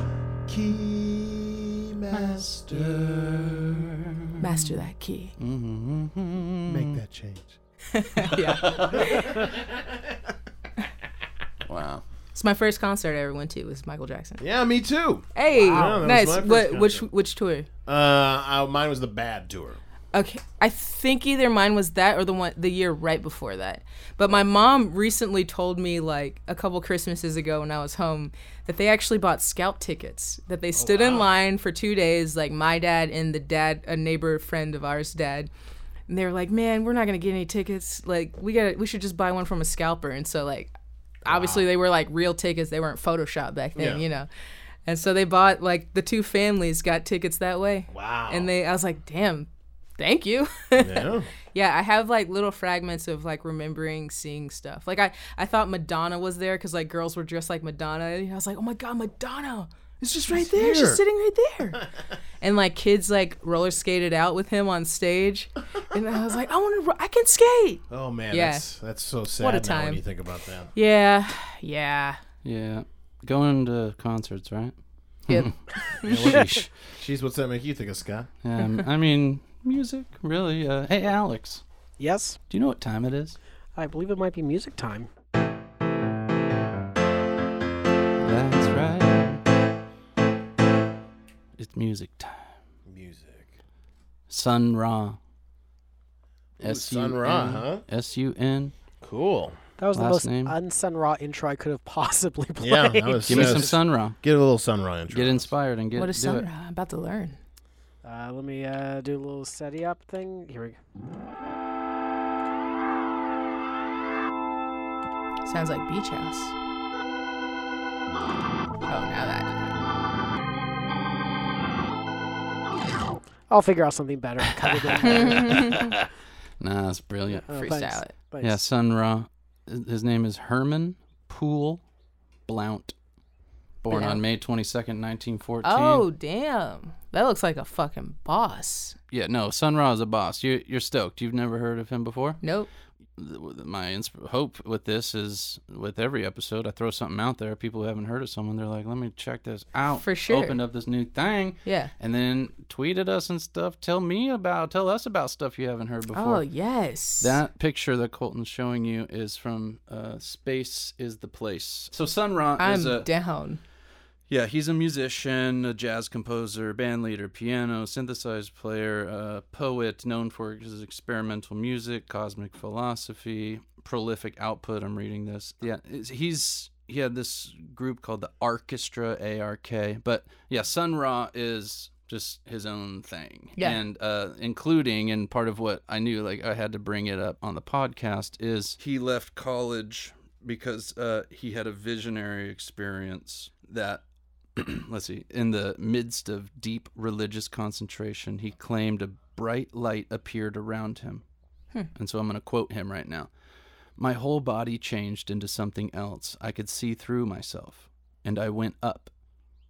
Speaker 7: Key master.
Speaker 2: Master that key.
Speaker 4: Mm-hmm.
Speaker 7: Make that change.
Speaker 2: yeah.
Speaker 8: Wow.
Speaker 2: It's my first concert I ever went to was Michael Jackson.
Speaker 4: Yeah, me too.
Speaker 2: Hey,
Speaker 4: that was
Speaker 2: nice.
Speaker 4: my first
Speaker 2: What, which
Speaker 4: concert.
Speaker 2: which tour?
Speaker 4: Uh, I, mine was the bad tour.
Speaker 2: Okay, I think either mine was that or the one the year right before that. But my mom recently told me like a couple Christmases ago when I was home that they actually bought scalp tickets. That they stood in line for two days, like my dad and the dad, a neighbor friend of ours, dad. And they were like, "Man, we're not gonna get any tickets. Like, we got we should just buy one from a scalper." And so like, obviously they were like real tickets. They weren't Photoshop back then,
Speaker 4: Yeah.
Speaker 2: you know. And so they bought like the two families got tickets that way.
Speaker 4: Wow.
Speaker 2: And they, I was like, "Damn, thank you."
Speaker 4: Yeah.
Speaker 2: Yeah, I have like little fragments of like remembering seeing stuff. Like I, I thought Madonna was there because like girls were dressed like Madonna, and I was like, oh my god, Madonna! It's just right there.
Speaker 4: here.
Speaker 2: She's sitting right there. and like kids like roller skated out with him on stage, and I was like, I want to, I can skate.
Speaker 4: Oh man,
Speaker 2: Yeah.
Speaker 4: that's that's so sad
Speaker 2: What a
Speaker 4: now
Speaker 2: time.
Speaker 4: when you think about that.
Speaker 2: Yeah, yeah.
Speaker 8: Yeah. Going to concerts, right?
Speaker 2: Yep.
Speaker 4: Sheesh. Sheesh, what's that make you think of, Scott?
Speaker 8: Um, I mean, music, really. Uh, hey, Alex,
Speaker 5: Yes,
Speaker 8: do you know what time it is?
Speaker 5: I believe it might be music time.
Speaker 8: That's right. It's music time.
Speaker 4: Music.
Speaker 8: Sun Ra.
Speaker 4: Sun Ra, huh?
Speaker 8: S U N.
Speaker 4: Cool.
Speaker 5: That was
Speaker 8: Last
Speaker 5: the
Speaker 8: name.
Speaker 5: most unsun raw intro I could have possibly played.
Speaker 4: Yeah, that was
Speaker 8: Give me
Speaker 4: so-
Speaker 8: some Sun Ra.
Speaker 4: Get a little Sun Ra intro.
Speaker 8: Get inspired and get
Speaker 2: what is
Speaker 8: do it.
Speaker 2: Sandra? I'm about to learn.
Speaker 5: Uh, let me uh, do a little SETI up thing. Here we go.
Speaker 2: Sounds like Beach House. Oh, now that.
Speaker 5: I'll figure out something better. Cut it in there.
Speaker 8: Nah, that's brilliant.
Speaker 5: Uh,
Speaker 2: Freestyle
Speaker 5: thanks.
Speaker 2: it.
Speaker 5: Thanks.
Speaker 8: Yeah, Sun Ra. His name is Herman Poole Blount. Born on
Speaker 2: Blount.
Speaker 8: May 22nd, 1914.
Speaker 2: Oh, damn. That looks like a fucking boss.
Speaker 8: Yeah, no, Sun Ra is a boss. You're, you're stoked. You've never heard of him before?
Speaker 2: Nope.
Speaker 8: th- with- my insp- hope with this is with every episode I throw something out there. People who haven't heard of someone, they're like, "Let me check this out."
Speaker 2: For sure.
Speaker 8: Opened up this new thing,
Speaker 2: Yeah.
Speaker 8: and then tweet at us and stuff. Tell me about, tell us about stuff you haven't heard before.
Speaker 2: Oh yes.
Speaker 8: That picture that Colton's showing you is from uh, "Space Is the Place." So Sun Ra
Speaker 2: I'm
Speaker 8: is a
Speaker 2: down.
Speaker 8: yeah, he's a musician, a jazz composer, band leader, piano, synthesized player, uh, poet known for his experimental music, cosmic philosophy, prolific output. I'm reading this. Yeah, it's- he's he had this group called the Orchestra A R K. But yeah, Sun Ra is just his own thing.
Speaker 2: Yeah.
Speaker 8: And uh, including, and part of what I knew, like I had to bring it up on the podcast, is he left college because uh, he had a visionary experience that let's see, in the midst of deep religious concentration, he claimed a bright light appeared around him. And so I'm going to quote him right now. My whole body changed into something else. I could see through myself, and I went up.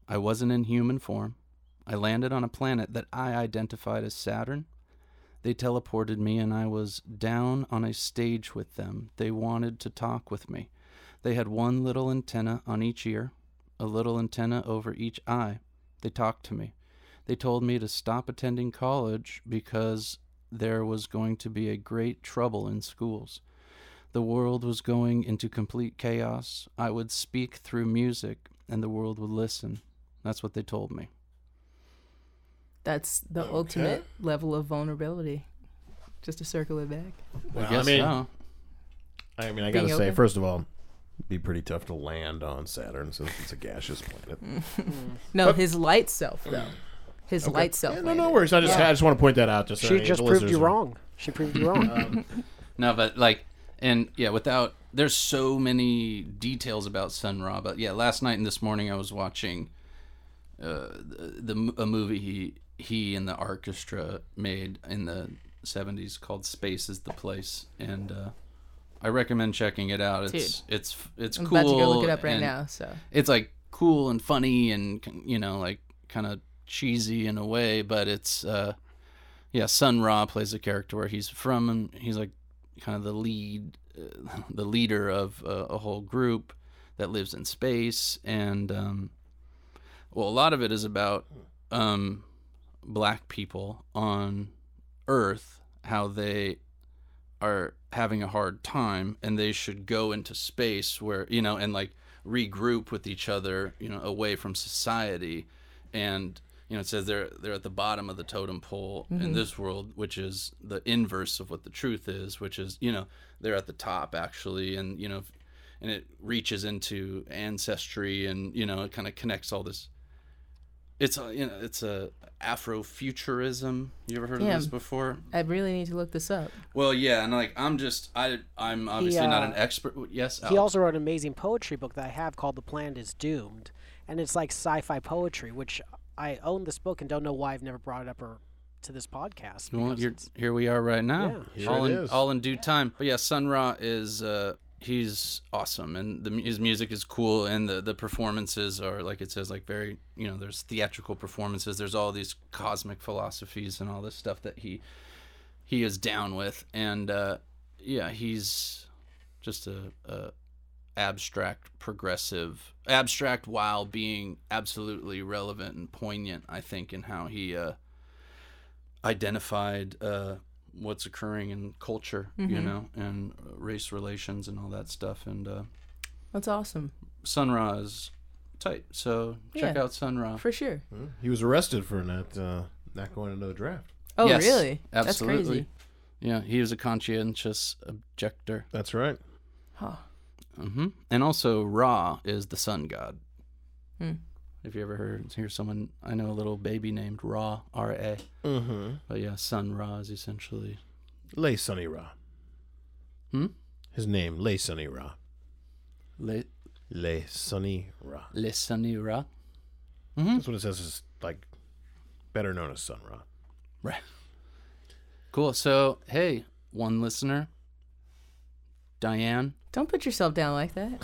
Speaker 8: I wasn't in human form. I landed on a planet that I identified as Saturn. They teleported me, and I was down on a stage with them. They wanted to talk with me. They had one little antenna on each ear, a little antenna over each eye. They talked to me. They told me to stop attending college because there was going to be a great trouble in schools. The world was going into complete chaos. I would speak through music and the world would listen. That's what they told me.
Speaker 2: That's the ultimate level of vulnerability. Just to circle it back.
Speaker 4: Well, I,
Speaker 8: Guess
Speaker 4: mean,
Speaker 8: so.
Speaker 4: I mean, I
Speaker 2: Being
Speaker 4: gotta say,
Speaker 2: open.
Speaker 4: first of all, it'd be pretty tough to land on Saturn since it's a gaseous planet.
Speaker 2: No, his light self though. His light self.
Speaker 4: Yeah, no, no
Speaker 2: landed.
Speaker 4: worries. I just, I just want to point that out. Just so
Speaker 5: She
Speaker 4: the
Speaker 5: just proved
Speaker 4: listeners
Speaker 5: you
Speaker 4: are-
Speaker 5: wrong. She proved you wrong. Um,
Speaker 8: No, but like, and yeah, without there's so many details about Sun Ra, but yeah, last night and this morning I was watching uh, the, the a movie he he and the orchestra made in the '70s called "Space Is the Place," and uh, I recommend checking it out. It's it's it's
Speaker 2: I'm
Speaker 8: cool.
Speaker 2: about to go look it up right
Speaker 8: and
Speaker 2: now. So
Speaker 8: It's like cool and funny and you know like kind of cheesy in a way, but it's uh, yeah, Sun Ra plays a character where he's from, and he's like kind of the lead, uh, the leader of a, a whole group that lives in space, and um, well, a lot of it is about um, black people on Earth, how they are having a hard time, and they should go into space where you know, and like regroup with each other, you know, away from society, and you know, it says they're they're at the bottom of the totem pole in this world, which is the inverse of what the truth is, which is you know they're at the top actually, and you know, if- and it reaches into ancestry, and you know, it kind of connects all this. It's a you know it's a Afrofuturism. You ever heard
Speaker 2: Yeah.
Speaker 8: of this before?
Speaker 2: I really need to look this up.
Speaker 8: Well, yeah, and like I'm just I I'm obviously not
Speaker 5: uh,
Speaker 8: an expert. Yes,
Speaker 5: He
Speaker 8: Al?
Speaker 5: also wrote an amazing poetry book that I have called The Planet is Doomed. And it's like sci fi poetry, which I own this book and don't know why I've never brought it up or to this podcast.
Speaker 8: Well,
Speaker 5: because
Speaker 8: here,
Speaker 5: it's-
Speaker 8: here we are right now.
Speaker 5: Yeah.
Speaker 4: Here
Speaker 8: all
Speaker 4: it
Speaker 8: in
Speaker 4: is.
Speaker 8: all in due time. But yeah, Sun Ra is uh, he's awesome, and the, mu- his music is cool, and the the performances are like it says like very you know there's theatrical performances. There's all these cosmic philosophies and all this stuff that he he is down with, and uh, yeah, he's just a, a abstract progressive abstract while being absolutely relevant and poignant i think in how he uh identified uh, what's occurring in culture,
Speaker 2: Mm-hmm.
Speaker 8: you know, and uh, race relations and all that stuff. And uh,
Speaker 2: That's awesome.
Speaker 8: Sun Ra is tight, so check
Speaker 2: Yeah.
Speaker 8: out Sun Ra.
Speaker 2: For sure.
Speaker 4: He was arrested for not uh, not going into the draft.
Speaker 2: Oh
Speaker 8: Yes,
Speaker 2: really?
Speaker 8: Absolutely.
Speaker 2: That's crazy.
Speaker 8: Yeah, he was a conscientious objector.
Speaker 4: That's right.
Speaker 8: hmm And also, Ra is the sun god.
Speaker 2: Hmm.
Speaker 8: If you ever heard hear someone, I know a little baby named Ra, R A.
Speaker 4: Mm-hmm.
Speaker 8: But yeah, Sun Ra is essentially
Speaker 4: Lay Sunny Ra.
Speaker 8: Hmm?
Speaker 4: His name, Lay Sunny Ra.
Speaker 8: Le,
Speaker 4: Lay Sunny Ra.
Speaker 8: Le Sunny Ra.
Speaker 4: That's what it says is like better known as Sun Ra.
Speaker 8: Right. Cool. So, hey, one listener, Diane.
Speaker 2: Don't put yourself down like that.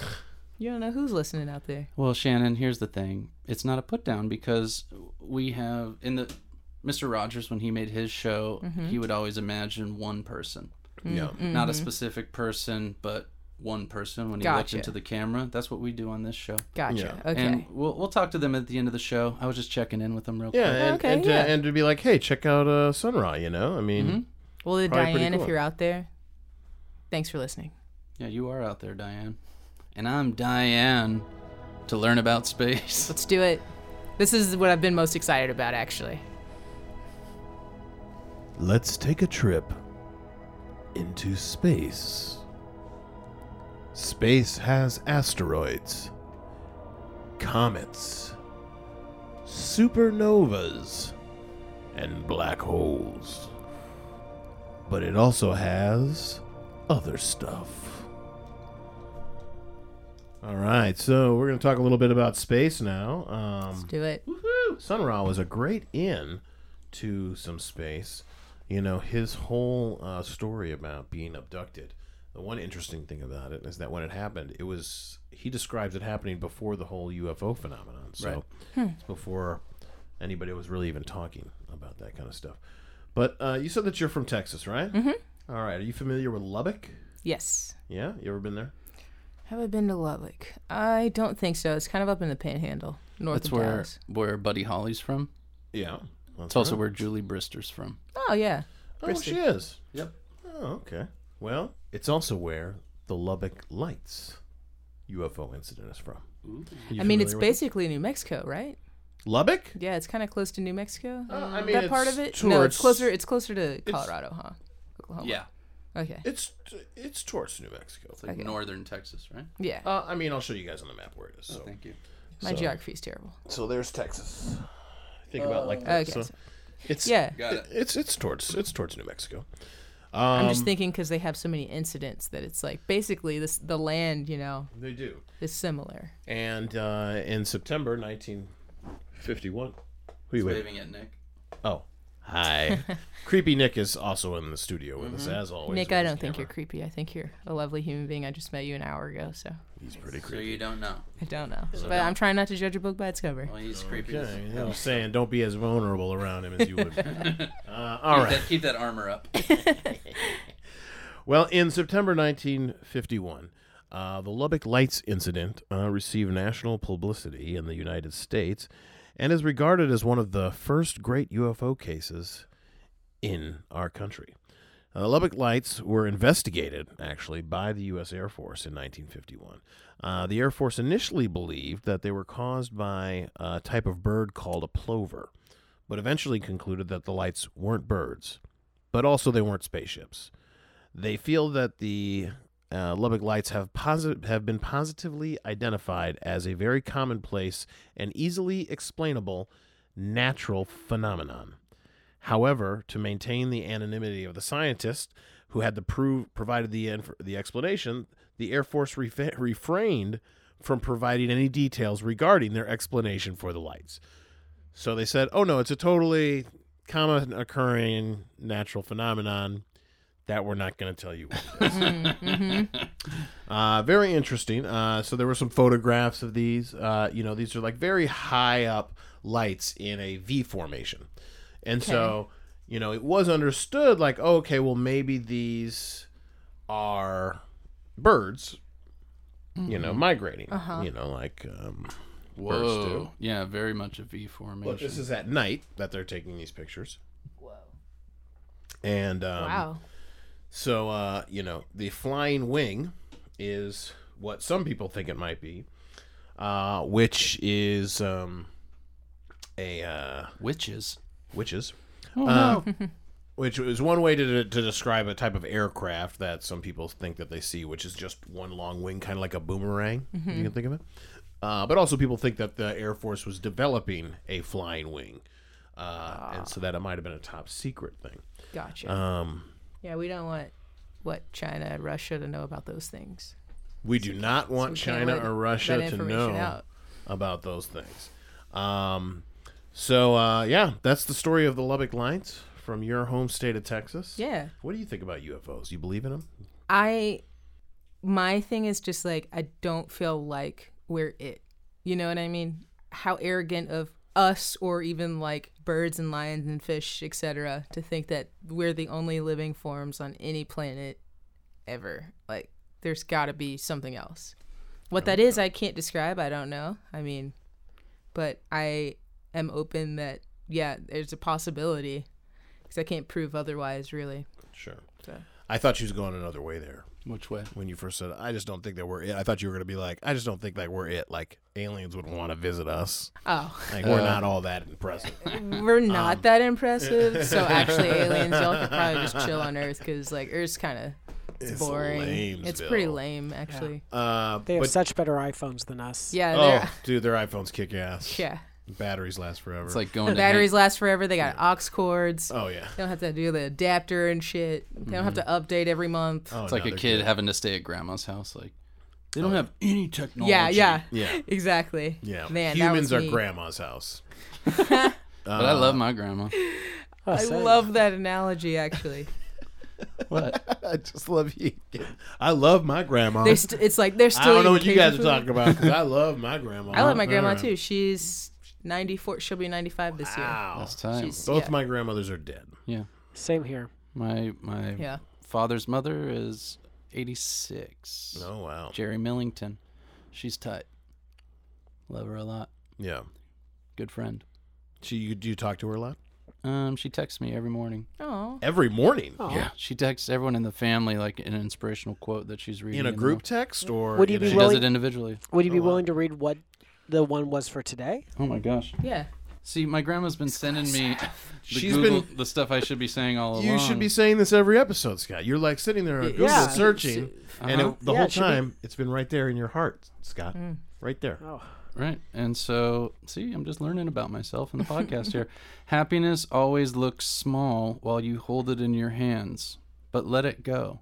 Speaker 2: You don't know who's listening out there.
Speaker 8: Well, Shannon, here's the thing. It's not a put down because we have in the Mr. Rogers when he made his show, he would always imagine one person,
Speaker 2: Hmm.
Speaker 4: Yeah.
Speaker 8: not a specific person, but one person when he looked
Speaker 2: Gotcha.
Speaker 8: into the camera. That's what we do on this show.
Speaker 2: Gotcha.
Speaker 4: Yeah.
Speaker 2: Okay.
Speaker 8: And we'll we'll talk to them at the end of the show. I was just checking in with them real
Speaker 4: Yeah,
Speaker 8: quick.
Speaker 4: and,
Speaker 2: Okay,
Speaker 4: and, to,
Speaker 2: yeah.
Speaker 4: and to be like, hey, check out uh, Sun Ra, you know? I mean,
Speaker 2: well, then,
Speaker 4: probably pretty
Speaker 2: Diane,
Speaker 4: cool.
Speaker 2: if you're out there, thanks for listening.
Speaker 8: Yeah, you are out there, Diane. And I'm Diane to learn about space.
Speaker 2: Let's do it. This is what I've been most excited about, actually.
Speaker 4: Let's take a trip into space. Space has asteroids, comets, supernovas, and black holes. But it also
Speaker 2: Mm-hmm.
Speaker 4: has other stuff. All right, so we're going to talk a little bit about space now. Um,
Speaker 2: Let's do it.
Speaker 4: Sun Ra was a great in to some space. You know, his whole uh, story about being abducted. The one interesting thing about it is that when it happened, it was he describes it happening before the whole UFO phenomenon. So it's before anybody was really even talking about that kind of stuff. But uh, you said that you're from Texas, right? Mm-hmm. All right. Are you familiar with Lubbock?
Speaker 2: Yes.
Speaker 4: Yeah. You ever been there?
Speaker 2: Have I been to Lubbock? I don't think so. It's kind of up in the Panhandle, north
Speaker 8: That's
Speaker 2: of
Speaker 8: where
Speaker 2: Dallas.
Speaker 8: where Buddy Holly's from.
Speaker 4: Yeah. That's
Speaker 8: It's also
Speaker 4: right.
Speaker 8: where Julie Brister's from.
Speaker 2: Oh yeah.
Speaker 4: Oh, she is.
Speaker 8: Yep.
Speaker 4: Oh, okay. Well, it's also where the Lubbock Lights UFO incident is from.
Speaker 2: I mean, it's basically New Mexico, right?
Speaker 4: Lubbock?
Speaker 2: Yeah, it's kind of close to New Mexico.
Speaker 4: Uh, I mean,
Speaker 2: that
Speaker 4: it's
Speaker 2: part of it? No,
Speaker 4: towards-
Speaker 2: it's closer. It's closer to Colorado, huh? Oklahoma.
Speaker 3: Yeah,
Speaker 2: Okay.
Speaker 4: It's it's towards New Mexico.
Speaker 3: like northern Texas, right?
Speaker 2: Yeah.
Speaker 4: Uh, I mean, I'll show you guys on the map where it is. So,
Speaker 3: Thank you.
Speaker 2: My geography's terrible.
Speaker 4: so there's Texas. Think about like that.
Speaker 2: Okay.
Speaker 4: So
Speaker 2: so-
Speaker 4: it's
Speaker 2: yeah.
Speaker 3: Got
Speaker 4: it-
Speaker 3: it.
Speaker 4: It's it's towards it's towards New Mexico.
Speaker 2: I'm
Speaker 4: um,
Speaker 2: just thinking because they have so many incidents that it's like basically this the land, you know,
Speaker 4: They do.
Speaker 2: is similar.
Speaker 4: And uh, in September 1951, who you waving?
Speaker 3: Waving at Nick.
Speaker 4: Oh, hi. Creepy Nick is also in the studio with us as always.
Speaker 2: Mm-hmm. Nick,
Speaker 4: with
Speaker 2: I
Speaker 4: his
Speaker 2: don't think you're
Speaker 4: camera.
Speaker 2: creepy. I think you're a lovely human being. I just met you an hour ago, so
Speaker 4: He's pretty
Speaker 3: So
Speaker 4: creepy.
Speaker 3: you don't know.
Speaker 2: I don't know. But I'm trying not to judge a book by its cover.
Speaker 3: Well, he's creepy. as-
Speaker 4: Yeah, you know what I'm saying? Don't be as vulnerable around him as you would. uh, all
Speaker 3: Keep
Speaker 4: right.
Speaker 3: that- keep that armor up.
Speaker 4: Well, in September 1951, uh, the Lubbock Lights incident uh, received national publicity in the United States and is regarded as one of the first great UFO cases in our country. Uh, The Lubbock Lights were investigated, actually, by the U.S. Air Force in 1951. Uh, the Air Force initially believed that they were caused by a type of bird called a plover, but eventually concluded that the lights weren't birds, but also they weren't spaceships. They feel that the uh, Lubbock lights have posit- have been positively identified as a very commonplace and easily explainable natural phenomenon. However, to maintain the anonymity of the scientist who had the prove provided the inf- the explanation, the Air Force refa refrained from providing any details regarding their explanation for the lights. So they said, "Oh no, it's a totally common occurring natural phenomenon that we're not going to tell you." What it is." uh, very interesting. Uh, so there were some photographs of these. Uh, you know, these are like very high up lights in a V formation, and so you know it was understood like, oh, okay, well maybe these are birds. You know, migrating. You know, like um, birds do.
Speaker 3: Whoa. Yeah, very much a V formation.
Speaker 4: But this is at night that they're taking these pictures. Whoa. And um,
Speaker 2: Wow.
Speaker 4: so, uh, you know, the flying wing is what some people think it might be, uh, which is um, a uh,
Speaker 3: Witches.
Speaker 4: witches.
Speaker 2: Oh,
Speaker 4: Uh, which is one way to, to describe a type of aircraft that some people think that they see, which is just one long wing, kind of like a boomerang. if
Speaker 2: Mm-hmm.
Speaker 4: You can think of it. Uh, but also, people think that the Air Force was developing a flying wing, uh,
Speaker 2: Ah.
Speaker 4: and so that it might have been a top secret thing.
Speaker 2: Gotcha.
Speaker 4: um,
Speaker 2: yeah, we don't want what China and Russia to know about those things.
Speaker 4: We do not want
Speaker 2: can't
Speaker 4: China
Speaker 2: let
Speaker 4: or Russia
Speaker 2: that
Speaker 4: to
Speaker 2: information
Speaker 4: know
Speaker 2: out.
Speaker 4: about those things. Um, so uh, yeah, that's the story of the Lubbock Lights from your home state of Texas.
Speaker 2: Yeah.
Speaker 4: What do you think about UFOs? You believe in them?
Speaker 2: I my thing is just like I don't feel like we're it. You know what I mean? How arrogant of us or even like birds and lions and fish, etc., to think that we're the only living forms on any planet ever. Like there's got to be something else. What that is, I can't describe. I don't know. I mean, but I am open that yeah, there's a possibility because I can't prove otherwise really.
Speaker 4: Sure.
Speaker 2: So.
Speaker 4: I thought she was going another way there
Speaker 3: Which way?
Speaker 4: when you first said, I just don't think that we're it. I thought you were going to be like, I just don't think that we're it. Like, aliens would want to visit us.
Speaker 2: Oh.
Speaker 4: Like,
Speaker 3: Uh.
Speaker 4: we're not all that impressive.
Speaker 2: We're
Speaker 4: Um,
Speaker 2: not that impressive. So actually, aliens, y'all could probably just chill on Earth because like Earth's kind of it's, boring. It's pretty
Speaker 4: Lamesville.
Speaker 2: lame, actually.
Speaker 4: Uh,
Speaker 5: They have
Speaker 4: but,
Speaker 5: such better iPhones than us.
Speaker 2: Yeah,
Speaker 4: oh,
Speaker 2: they're
Speaker 4: dude, their iPhones kick ass.
Speaker 2: yeah.
Speaker 4: Batteries last forever.
Speaker 3: It's like going
Speaker 2: The
Speaker 3: to
Speaker 2: batteries last forever. They got aux cords.
Speaker 4: oh, yeah.
Speaker 2: They don't have to do the adapter and shit. They don't have to update every month.
Speaker 4: Mm-hmm. Oh,
Speaker 3: It's like
Speaker 4: no,
Speaker 3: a
Speaker 4: they're
Speaker 3: kid
Speaker 4: good.
Speaker 3: having to stay at grandma's house. Like, they
Speaker 4: Oh.
Speaker 3: don't have any technology.
Speaker 2: yeah, yeah,
Speaker 4: Yeah.
Speaker 2: exactly.
Speaker 4: Yeah.
Speaker 2: Man, that was
Speaker 4: Humans are
Speaker 2: me.
Speaker 4: grandma's house.
Speaker 3: But I
Speaker 4: Uh.
Speaker 3: love my grandma.
Speaker 5: Oh,
Speaker 2: I
Speaker 5: same.
Speaker 2: love that analogy. Actually,
Speaker 3: What?
Speaker 4: I just love you. I love my grandma.
Speaker 2: they st- it's like they're still.
Speaker 4: I don't know what
Speaker 2: eating
Speaker 4: you guys are
Speaker 2: Cajun food.
Speaker 4: talking Uh. about because I love my grandma.
Speaker 2: I love my grandma
Speaker 4: Alright.
Speaker 2: too. She's 94. She'll be 95 this year.
Speaker 4: Wow.
Speaker 3: Last time.
Speaker 2: She's-
Speaker 4: Both
Speaker 2: yeah.
Speaker 4: my grandmothers are dead.
Speaker 3: Yeah.
Speaker 5: Same here.
Speaker 3: My my
Speaker 2: Yeah.
Speaker 3: father's mother is 86.
Speaker 4: Oh, wow.
Speaker 3: Jerry Millington. She's tight. Love her a lot.
Speaker 4: Yeah.
Speaker 3: Good friend.
Speaker 4: She, you, do you talk to her a lot?
Speaker 8: Um, she texts me every morning.
Speaker 2: Oh,
Speaker 4: every morning
Speaker 8: Yeah, she texts everyone in the family like an inspirational quote that she's reading.
Speaker 4: in a
Speaker 8: the
Speaker 4: group
Speaker 8: morning.
Speaker 4: text or
Speaker 5: Would you be
Speaker 8: She
Speaker 5: willing-
Speaker 8: does it individually.
Speaker 5: Would you
Speaker 4: Oh,
Speaker 5: be willing to read what the one was for today?
Speaker 8: Oh my gosh.
Speaker 2: yeah.
Speaker 8: See, my grandma's been sending me the
Speaker 4: She's
Speaker 8: Google-
Speaker 4: been-
Speaker 8: the stuff I should be saying all along.
Speaker 4: You should be saying this every episode, Scott. You're like sitting there on Google
Speaker 5: Yeah.
Speaker 4: searching, and
Speaker 8: Uh-huh.
Speaker 4: it, the
Speaker 5: Yeah,
Speaker 4: whole
Speaker 5: it should be-
Speaker 4: time it's been right there in your heart, Scott. Right there.
Speaker 8: Right. And so, see, I'm just learning about myself in the podcast here. Happiness always looks small while you hold it in your hands, but let it go,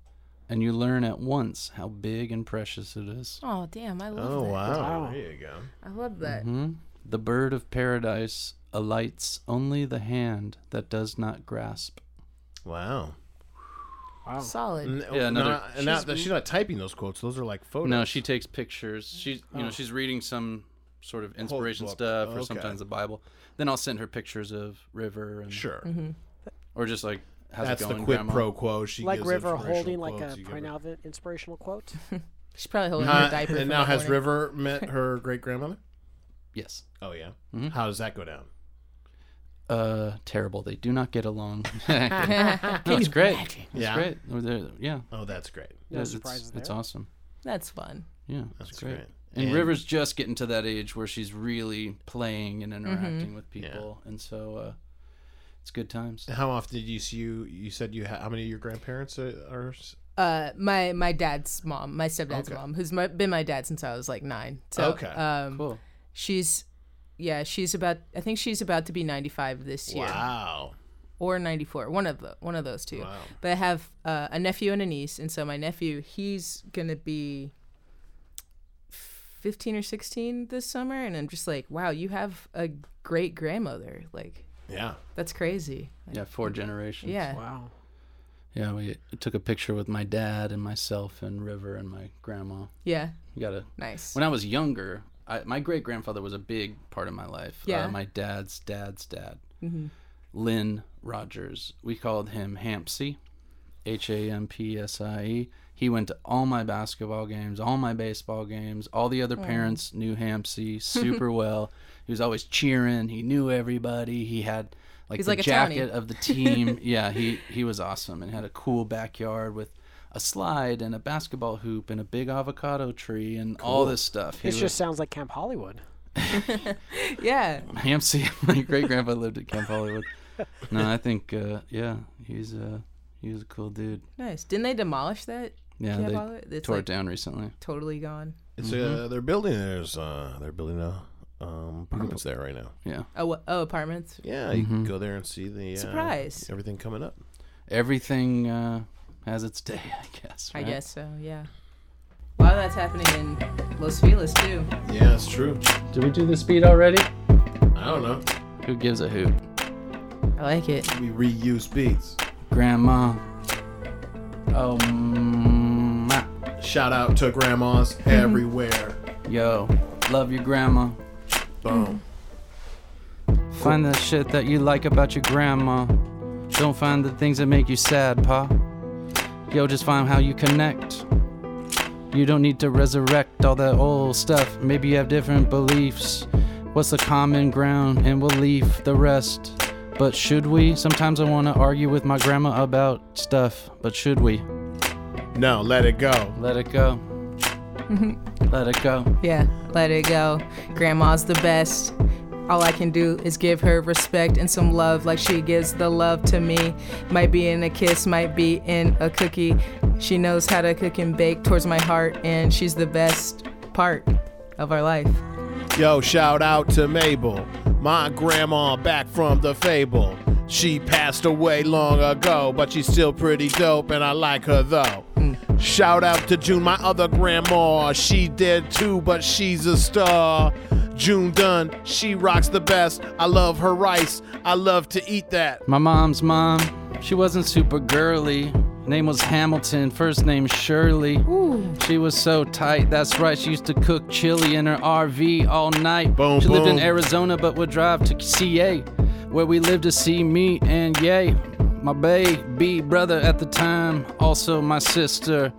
Speaker 8: and you learn at once how big and precious it is.
Speaker 2: Oh, damn. I love
Speaker 4: Oh
Speaker 2: that.
Speaker 4: wow. Mm-hmm. There you go.
Speaker 2: I love that.
Speaker 8: The bird of paradise alights only the hand that does not grasp.
Speaker 4: Wow.
Speaker 2: Solid.
Speaker 4: N-
Speaker 8: Yeah, another-
Speaker 4: not- and not that she's not typing those quotes. Those are like photos. Oh.
Speaker 8: No, she takes pictures. She's you know she's reading some sort of inspiration
Speaker 4: book.
Speaker 8: stuff or
Speaker 4: Okay.
Speaker 8: sometimes the Bible. Then I'll send her pictures of river and
Speaker 4: sure.
Speaker 8: or just like how's
Speaker 4: That's
Speaker 8: it going,
Speaker 4: the quid
Speaker 8: Grandma?
Speaker 4: pro quo. She
Speaker 5: Like
Speaker 4: gives
Speaker 5: River
Speaker 4: inspirational
Speaker 5: holding like
Speaker 4: quotes.
Speaker 5: a
Speaker 4: You give her-
Speaker 5: Prince inspirational quote.
Speaker 2: She's probably holding
Speaker 4: Uh,
Speaker 2: her diaper.
Speaker 4: and
Speaker 2: from
Speaker 4: now
Speaker 2: that
Speaker 4: has
Speaker 2: morning.
Speaker 4: River met her great grandmother?
Speaker 8: Yes.
Speaker 4: Oh yeah. How does that go down?
Speaker 8: Uh, terrible. They do not get along. no, it's great. It's
Speaker 4: Yeah.
Speaker 8: great. Well, they're- Yeah.
Speaker 4: Oh, that's great.
Speaker 8: No it's,
Speaker 5: surprises
Speaker 8: it's
Speaker 5: there.
Speaker 8: awesome.
Speaker 2: That's fun.
Speaker 8: Yeah, that's
Speaker 4: That's
Speaker 8: great.
Speaker 4: great.
Speaker 8: And,
Speaker 4: And-
Speaker 8: River's just getting to that age where she's really playing and interacting with people, and so uh, it's good times.
Speaker 4: How often did you see you? You said you had how many of your grandparents are? are s-
Speaker 2: Uh, my my dad's mom, my stepdad's mom, who's my, been my dad since I was like nine. So,
Speaker 4: Okay.
Speaker 2: Um,
Speaker 8: Cool.
Speaker 2: she's, yeah, she's about. I think she's about to be ninety five this year.
Speaker 4: Wow.
Speaker 2: or 94 one of the one of those two but i have uh, a nephew and a niece and so my nephew he's gonna be 15 or 16 this summer and i'm just like wow you have a great grandmother like
Speaker 4: Yeah.
Speaker 2: that's crazy
Speaker 8: Yeah, four generations.
Speaker 2: yeah
Speaker 5: wow.
Speaker 8: Yeah, we took a picture with my dad and myself and River and my grandma.
Speaker 2: yeah
Speaker 8: You gotta.
Speaker 2: nice
Speaker 8: When I was younger, I, my great grandfather was a big part of my life.
Speaker 2: Yeah. Mm-hmm.
Speaker 8: Uh, my dad's dad's dad, Lynn Rogers. We called him Hampsy, H A M P S I E. He went to all my basketball games, all my baseball games. All the other parents knew Hampsy super well. He was always cheering. He knew everybody. He had like
Speaker 2: He's
Speaker 8: the
Speaker 2: like a townie.
Speaker 8: jacket of the team. yeah, he he was awesome and had a cool backyard with a slide and a basketball hoop and a big avocado tree and all this stuff. He
Speaker 5: This
Speaker 8: was-
Speaker 5: just sounds like Camp Hollywood.
Speaker 2: yeah
Speaker 8: Hampsey, my great grandpa lived at Camp Hollywood. No, I think uh, yeah, he's a he was a cool dude.
Speaker 2: nice didn't they demolish that
Speaker 8: Yeah,
Speaker 2: Camp
Speaker 8: they
Speaker 2: Hollywood? It's
Speaker 8: tore
Speaker 2: like-
Speaker 8: it down recently.
Speaker 2: totally gone
Speaker 4: It's uh, they're building. There's uh, they're building a um apartments there right now.
Speaker 8: Yeah,
Speaker 2: oh, wha- oh apartments
Speaker 4: Yeah, you can go there and see the uh,
Speaker 2: Surprise.
Speaker 4: Everything coming up.
Speaker 8: everything uh, has its day, I guess.
Speaker 2: i
Speaker 8: right?
Speaker 2: guess so yeah a lot of that's happening in los feliz too
Speaker 4: Yeah, it's true.
Speaker 8: Did we do the speed already?
Speaker 4: I don't know.
Speaker 8: Who gives a hoot?
Speaker 2: i like it
Speaker 4: We reuse beats.
Speaker 8: Grandma. Oh, mm, ah. mwah.
Speaker 4: Shout out to grandmas everywhere.
Speaker 8: yo, love your grandma.
Speaker 4: Boom.
Speaker 8: Find the shit that you like about your grandma. Don't find the things that make you sad, pa. Yo, just find how you connect. You don't need to resurrect all that old stuff. Maybe you have different beliefs. What's the common ground? And we'll leave the rest. But should we? Sometimes I want to argue with my grandma about stuff, but should we?
Speaker 4: No, let it go.
Speaker 8: Let it go. Let it go.
Speaker 2: Yeah, let it go. Grandma's the best. All I can do is give her respect and some love like she gives the love to me. Might be in a kiss, might be in a cookie. She knows how to cook and bake towards my heart, and she's the best part of our life.
Speaker 4: Yo, shout out to Mabel, my grandma back from the fable. She passed away long ago, but she's still pretty dope, and I like her though. Shout out to June, my other grandma. She dead too, but she's a star. June Dunn, she rocks the best. I love her rice. I love to eat that.
Speaker 8: My mom's mom, she wasn't super girly. Name was Hamilton, first name Shirley. She was so tight, that's right. She used to cook chili in her RV all night.
Speaker 4: Boom,
Speaker 8: she lived in
Speaker 4: boom.
Speaker 8: Arizona, but would drive to CA, where we lived to see me and yay. My baby brother at the time, also my sister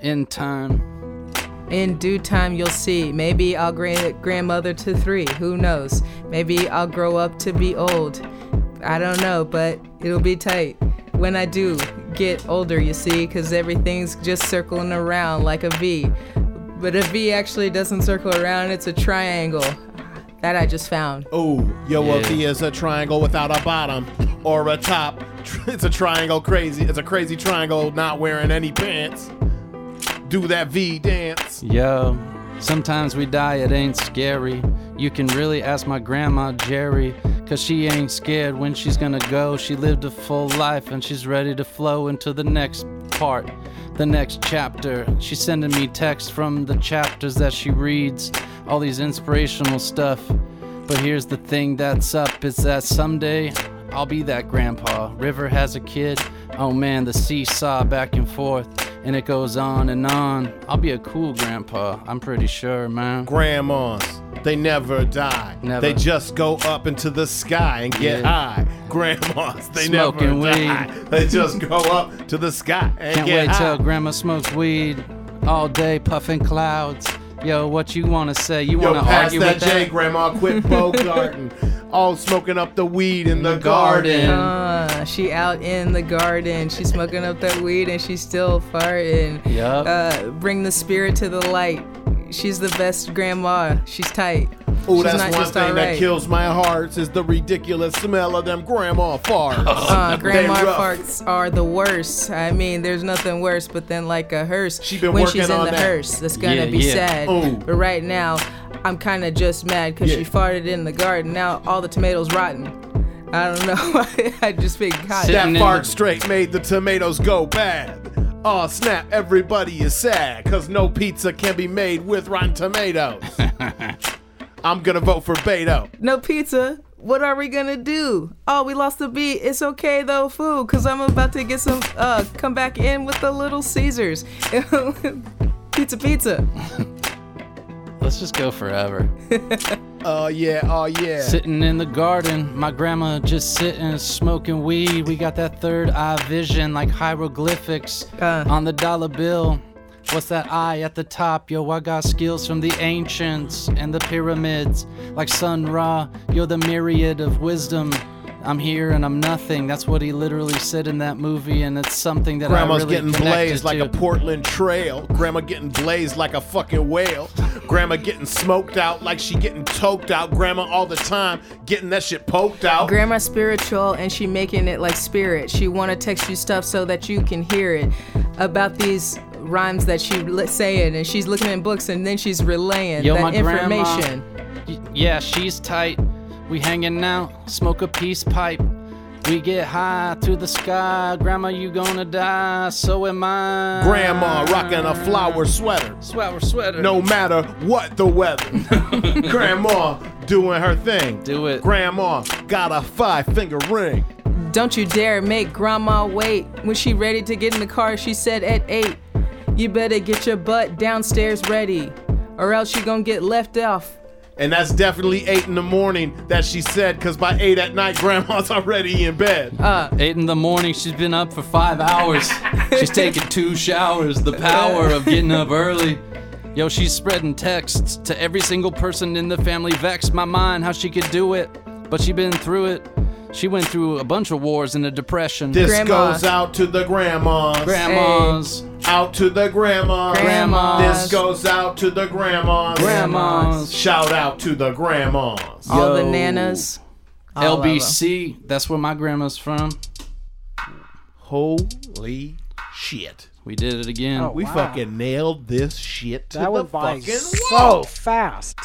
Speaker 8: in time.
Speaker 2: In due time, you'll see. Maybe I'll gra- grandmother to three. Who knows? Maybe I'll grow up to be old. I don't know, but it'll be tight when I do get older, you see, because everything's just circling around like a V. But a V actually doesn't circle around, it's a triangle. That I just found.
Speaker 4: Oh, yo, a
Speaker 8: Yeah.
Speaker 4: V is a triangle without a bottom or a top. It's a triangle crazy. It's a crazy triangle not wearing any pants. Do that V dance.
Speaker 8: Yo, sometimes we die, it ain't scary. You can really ask my grandma Jerry, cause she ain't scared when she's gonna go. She lived a full life and she's ready to flow into the next part, the next chapter. She's sending me texts from the chapters that she reads, all these inspirational stuff. But here's the thing that's up is that someday I'll be that grandpa. River has a kid. Oh man, the seesaw back and forth, and it goes on and on. I'll be a cool grandpa, I'm pretty sure, man.
Speaker 4: Grandmas, they never die.
Speaker 8: Never.
Speaker 4: They just go up into the sky and get
Speaker 8: Yeah.
Speaker 4: high. Grandmas, they
Speaker 8: Smoking
Speaker 4: never die. They just go up to the sky and
Speaker 8: Can't
Speaker 4: get
Speaker 8: wait
Speaker 4: high.
Speaker 8: till grandma smokes weed all day, puffing clouds. Yo, what you wanna say? You
Speaker 4: Yo,
Speaker 8: wanna
Speaker 4: pass
Speaker 8: argue
Speaker 4: that
Speaker 8: with that?
Speaker 4: J, Grandma. Quit Bogarting. All smoking up the weed in the garden.
Speaker 2: Uh, she out in the garden. She's smoking up that weed and she's still farting.
Speaker 8: Yup.
Speaker 2: Uh, bring the spirit to the light. She's the best grandma. She's tight.
Speaker 4: Oh,
Speaker 2: She's
Speaker 4: that's
Speaker 2: not
Speaker 4: one
Speaker 2: just
Speaker 4: thing that
Speaker 2: alright.
Speaker 4: kills my heart is the ridiculous smell of them grandma farts.
Speaker 8: Oh,
Speaker 2: Uh, grandma
Speaker 4: They rough.
Speaker 2: farts are the worst. I mean, there's nothing worse, but then like a hearse.
Speaker 4: She been
Speaker 2: when
Speaker 4: working
Speaker 2: she's in
Speaker 4: on
Speaker 2: the
Speaker 4: that.
Speaker 2: hearse, that's gonna
Speaker 8: Yeah,
Speaker 2: be
Speaker 8: yeah.
Speaker 2: sad.
Speaker 4: Ooh.
Speaker 2: But right now, I'm kind of just mad because she
Speaker 4: Yeah.
Speaker 2: farted in the garden. Now all the tomatoes rotten. I don't know. I just been caught.
Speaker 8: Sit-
Speaker 4: that
Speaker 8: Sitting in
Speaker 4: fart
Speaker 8: the-
Speaker 4: straight made the tomatoes go bad. Aw, snap, everybody is sad, cause no pizza can be made with rotten tomatoes. I'm gonna vote for Beto.
Speaker 2: No pizza. What are we gonna do? Oh, we lost the beat. It's okay though, food, cause I'm about to get some. Uh, come back in with the Little Caesars. pizza, pizza.
Speaker 8: Let's just go forever.
Speaker 4: Oh yeah, oh yeah.
Speaker 8: Sitting in the garden, my grandma just sitting, smoking weed. We got that third eye vision, like hieroglyphics
Speaker 2: Uh.
Speaker 8: on the dollar bill. What's that eye at the top? Yo, I got skills from the ancients and the pyramids, like Sun Ra. You're the myriad of wisdom. I'm here and I'm nothing. That's what he literally said in that movie, and it's something that
Speaker 4: Grandma's
Speaker 8: I really
Speaker 4: getting
Speaker 8: connected
Speaker 4: blazed like
Speaker 8: to.
Speaker 4: a Portland trail. Grandma getting blazed like a fucking whale. Grandma getting smoked out like she getting toked out. Grandma all the time getting that shit poked out.
Speaker 2: Grandma spiritual and she making it like spirit. She wanna text you stuff so that you can hear it about these rhymes that she li- saying and she's looking in books and then she's relaying
Speaker 8: Yo, my
Speaker 2: that
Speaker 8: grandma.
Speaker 2: information.
Speaker 8: Y- Yeah, she's tight. We hanging out, smoke a peace pipe. We get high to the sky. Grandma, you gonna die? So am I.
Speaker 4: Grandma rocking a flower sweater.
Speaker 8: Sweater, sweater.
Speaker 4: No matter what the weather. Grandma doing her thing.
Speaker 8: Do it.
Speaker 4: Grandma got a five finger ring.
Speaker 2: Don't you dare make grandma wait. When she ready to get in the car, she said at eight, you better get your butt downstairs ready, or else you gonna get left off.
Speaker 4: And that's definitely eight in the morning that she said, because by eight at night, grandma's already in bed.
Speaker 8: Eight in the morning. She's been up for five hours. she's taking two showers. The power of getting up early. Yo, she's spreading texts to every single person in the family. Vexed my mind how she could do it, but she been through it. She went through a bunch of wars and a depression.
Speaker 4: this
Speaker 2: Grandma.
Speaker 4: goes out to the grandmas.
Speaker 8: grandmas.
Speaker 4: out to the grandmas.
Speaker 2: Grandmas.
Speaker 4: This goes out to the grandmas.
Speaker 8: Grandmas.
Speaker 4: Shout out to the grandmas.
Speaker 2: All the
Speaker 8: Yo.
Speaker 2: nanas. all of 'em.
Speaker 8: LBC. That's where my grandma's from.
Speaker 4: Holy shit.
Speaker 8: We did it again.
Speaker 5: Oh.
Speaker 4: We
Speaker 5: Wow.
Speaker 4: fucking nailed this shit to
Speaker 5: That
Speaker 4: the
Speaker 5: went by
Speaker 4: fucking
Speaker 5: so
Speaker 4: wall.
Speaker 5: fast.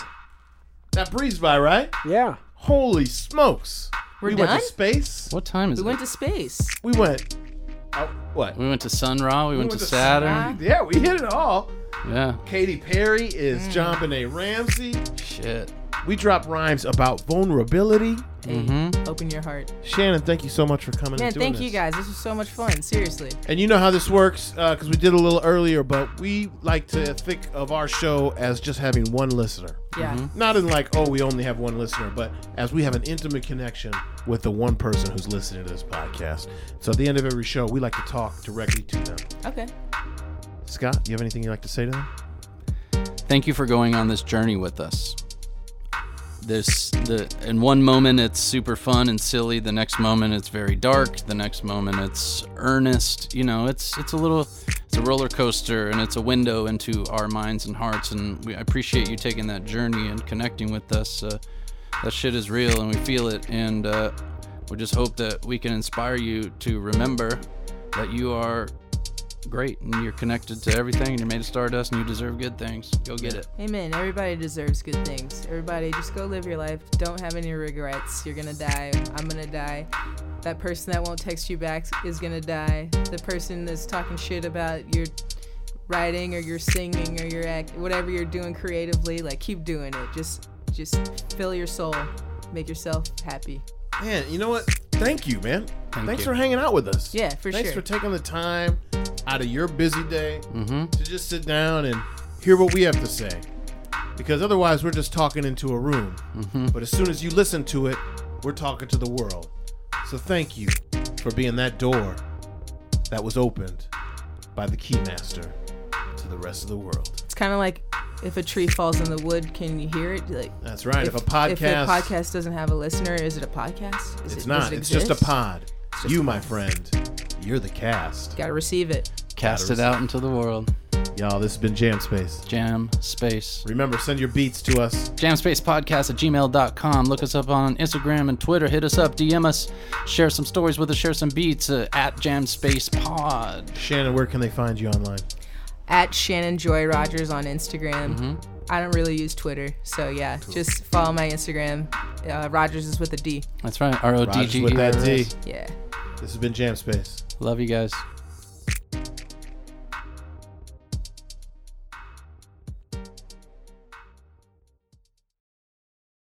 Speaker 4: That breezed by, right?
Speaker 5: Yeah.
Speaker 4: Holy smokes.
Speaker 2: We're
Speaker 4: we
Speaker 2: done?
Speaker 4: went to space.
Speaker 8: What time is
Speaker 2: We
Speaker 8: it?
Speaker 2: went to space.
Speaker 4: We went. Oh, what?
Speaker 8: we went to Sun Ra. We, went,
Speaker 4: went
Speaker 8: to
Speaker 4: to
Speaker 2: Ah,
Speaker 8: Saturn.
Speaker 4: Yeah, we hit it all.
Speaker 8: Yeah.
Speaker 4: Katy Perry is
Speaker 2: Mm.
Speaker 4: John Benet Ramsey.
Speaker 8: Shit.
Speaker 4: We drop rhymes about vulnerability.
Speaker 2: Open your heart.
Speaker 4: Shannon, thank you so much for coming.
Speaker 2: Man,
Speaker 4: and doing
Speaker 2: thank
Speaker 4: this.
Speaker 2: you guys. This was so much fun. Seriously.
Speaker 4: And you know how this works because we did a little earlier, but we like to think of our show as just having one listener.
Speaker 2: Yeah.
Speaker 4: Not in like, oh, we only have one listener, but as we have an intimate connection with the one person who's listening to this podcast. So at the end of every show, we like to talk directly to them.
Speaker 2: Okay.
Speaker 4: Scott, do you have anything you'd like to say to them?
Speaker 8: Thank you for going on this journey with us. This the in one moment it's super fun and silly, the next moment it's very dark, the next moment it's earnest. You know, it's it's a little it's a roller coaster and it's a window into our minds and hearts and we I appreciate you taking that journey and connecting with us. Uh, that shit is real and we feel it and uh, we just hope that we can inspire you to remember that you are great and you're connected to everything and you're made of stardust and you deserve good things. Go get it.
Speaker 2: Amen. Everybody deserves good things. Everybody, just go live your life. Don't have any regrets. You're gonna die. I'm gonna die. That person that won't text you back is gonna die. The person that's talking shit about your writing or your singing or your act, whatever you're doing creatively, like keep doing it. Just, just fill your soul. Make yourself happy.
Speaker 4: Man, you know what? Thank you, man. Thanks
Speaker 8: you.
Speaker 4: for hanging out with us.
Speaker 2: Yeah, for
Speaker 4: Thanks for
Speaker 2: sure.
Speaker 4: taking the time out of your busy day to just sit down and hear what we have to say. Because otherwise, we're just talking into a room. But as soon as you listen to it, we're talking to the world. So thank you for being that door that was opened by the Keymaster to the rest of the world.
Speaker 2: It's kind of like if a tree falls in the wood, can you hear it? Like.
Speaker 4: That's right. Uh, If, a
Speaker 2: if
Speaker 4: podcast,
Speaker 2: podcast doesn't have a listener, is it a podcast?
Speaker 4: it's
Speaker 2: Is it- does
Speaker 4: not,
Speaker 2: it
Speaker 4: it's just a
Speaker 2: exist?
Speaker 4: pod. you, my friend, you're the cast.
Speaker 2: Gotta receive it.
Speaker 8: Cast it out into the world.
Speaker 4: Y'all, this has been Jam Space.
Speaker 8: Jam space.
Speaker 4: Remember, send your beats to us.
Speaker 8: Jamspacepodcast at gmail.com. Look us up on Instagram and Twitter. Hit us up. DM us. Share some stories with us. Share some beats uh, at jamspacepod.
Speaker 4: Shannon, where can they find you online?
Speaker 2: At Shannon Joy Rogers on Instagram. I don't really use Twitter, so yeah, just follow my Instagram. Uh, Rogers is with a D.
Speaker 8: That's right. R O D
Speaker 4: Rogers
Speaker 8: G
Speaker 4: with
Speaker 8: E R
Speaker 4: that D.
Speaker 8: S.
Speaker 2: Yeah.
Speaker 4: This has been Jam Space.
Speaker 8: Love you guys.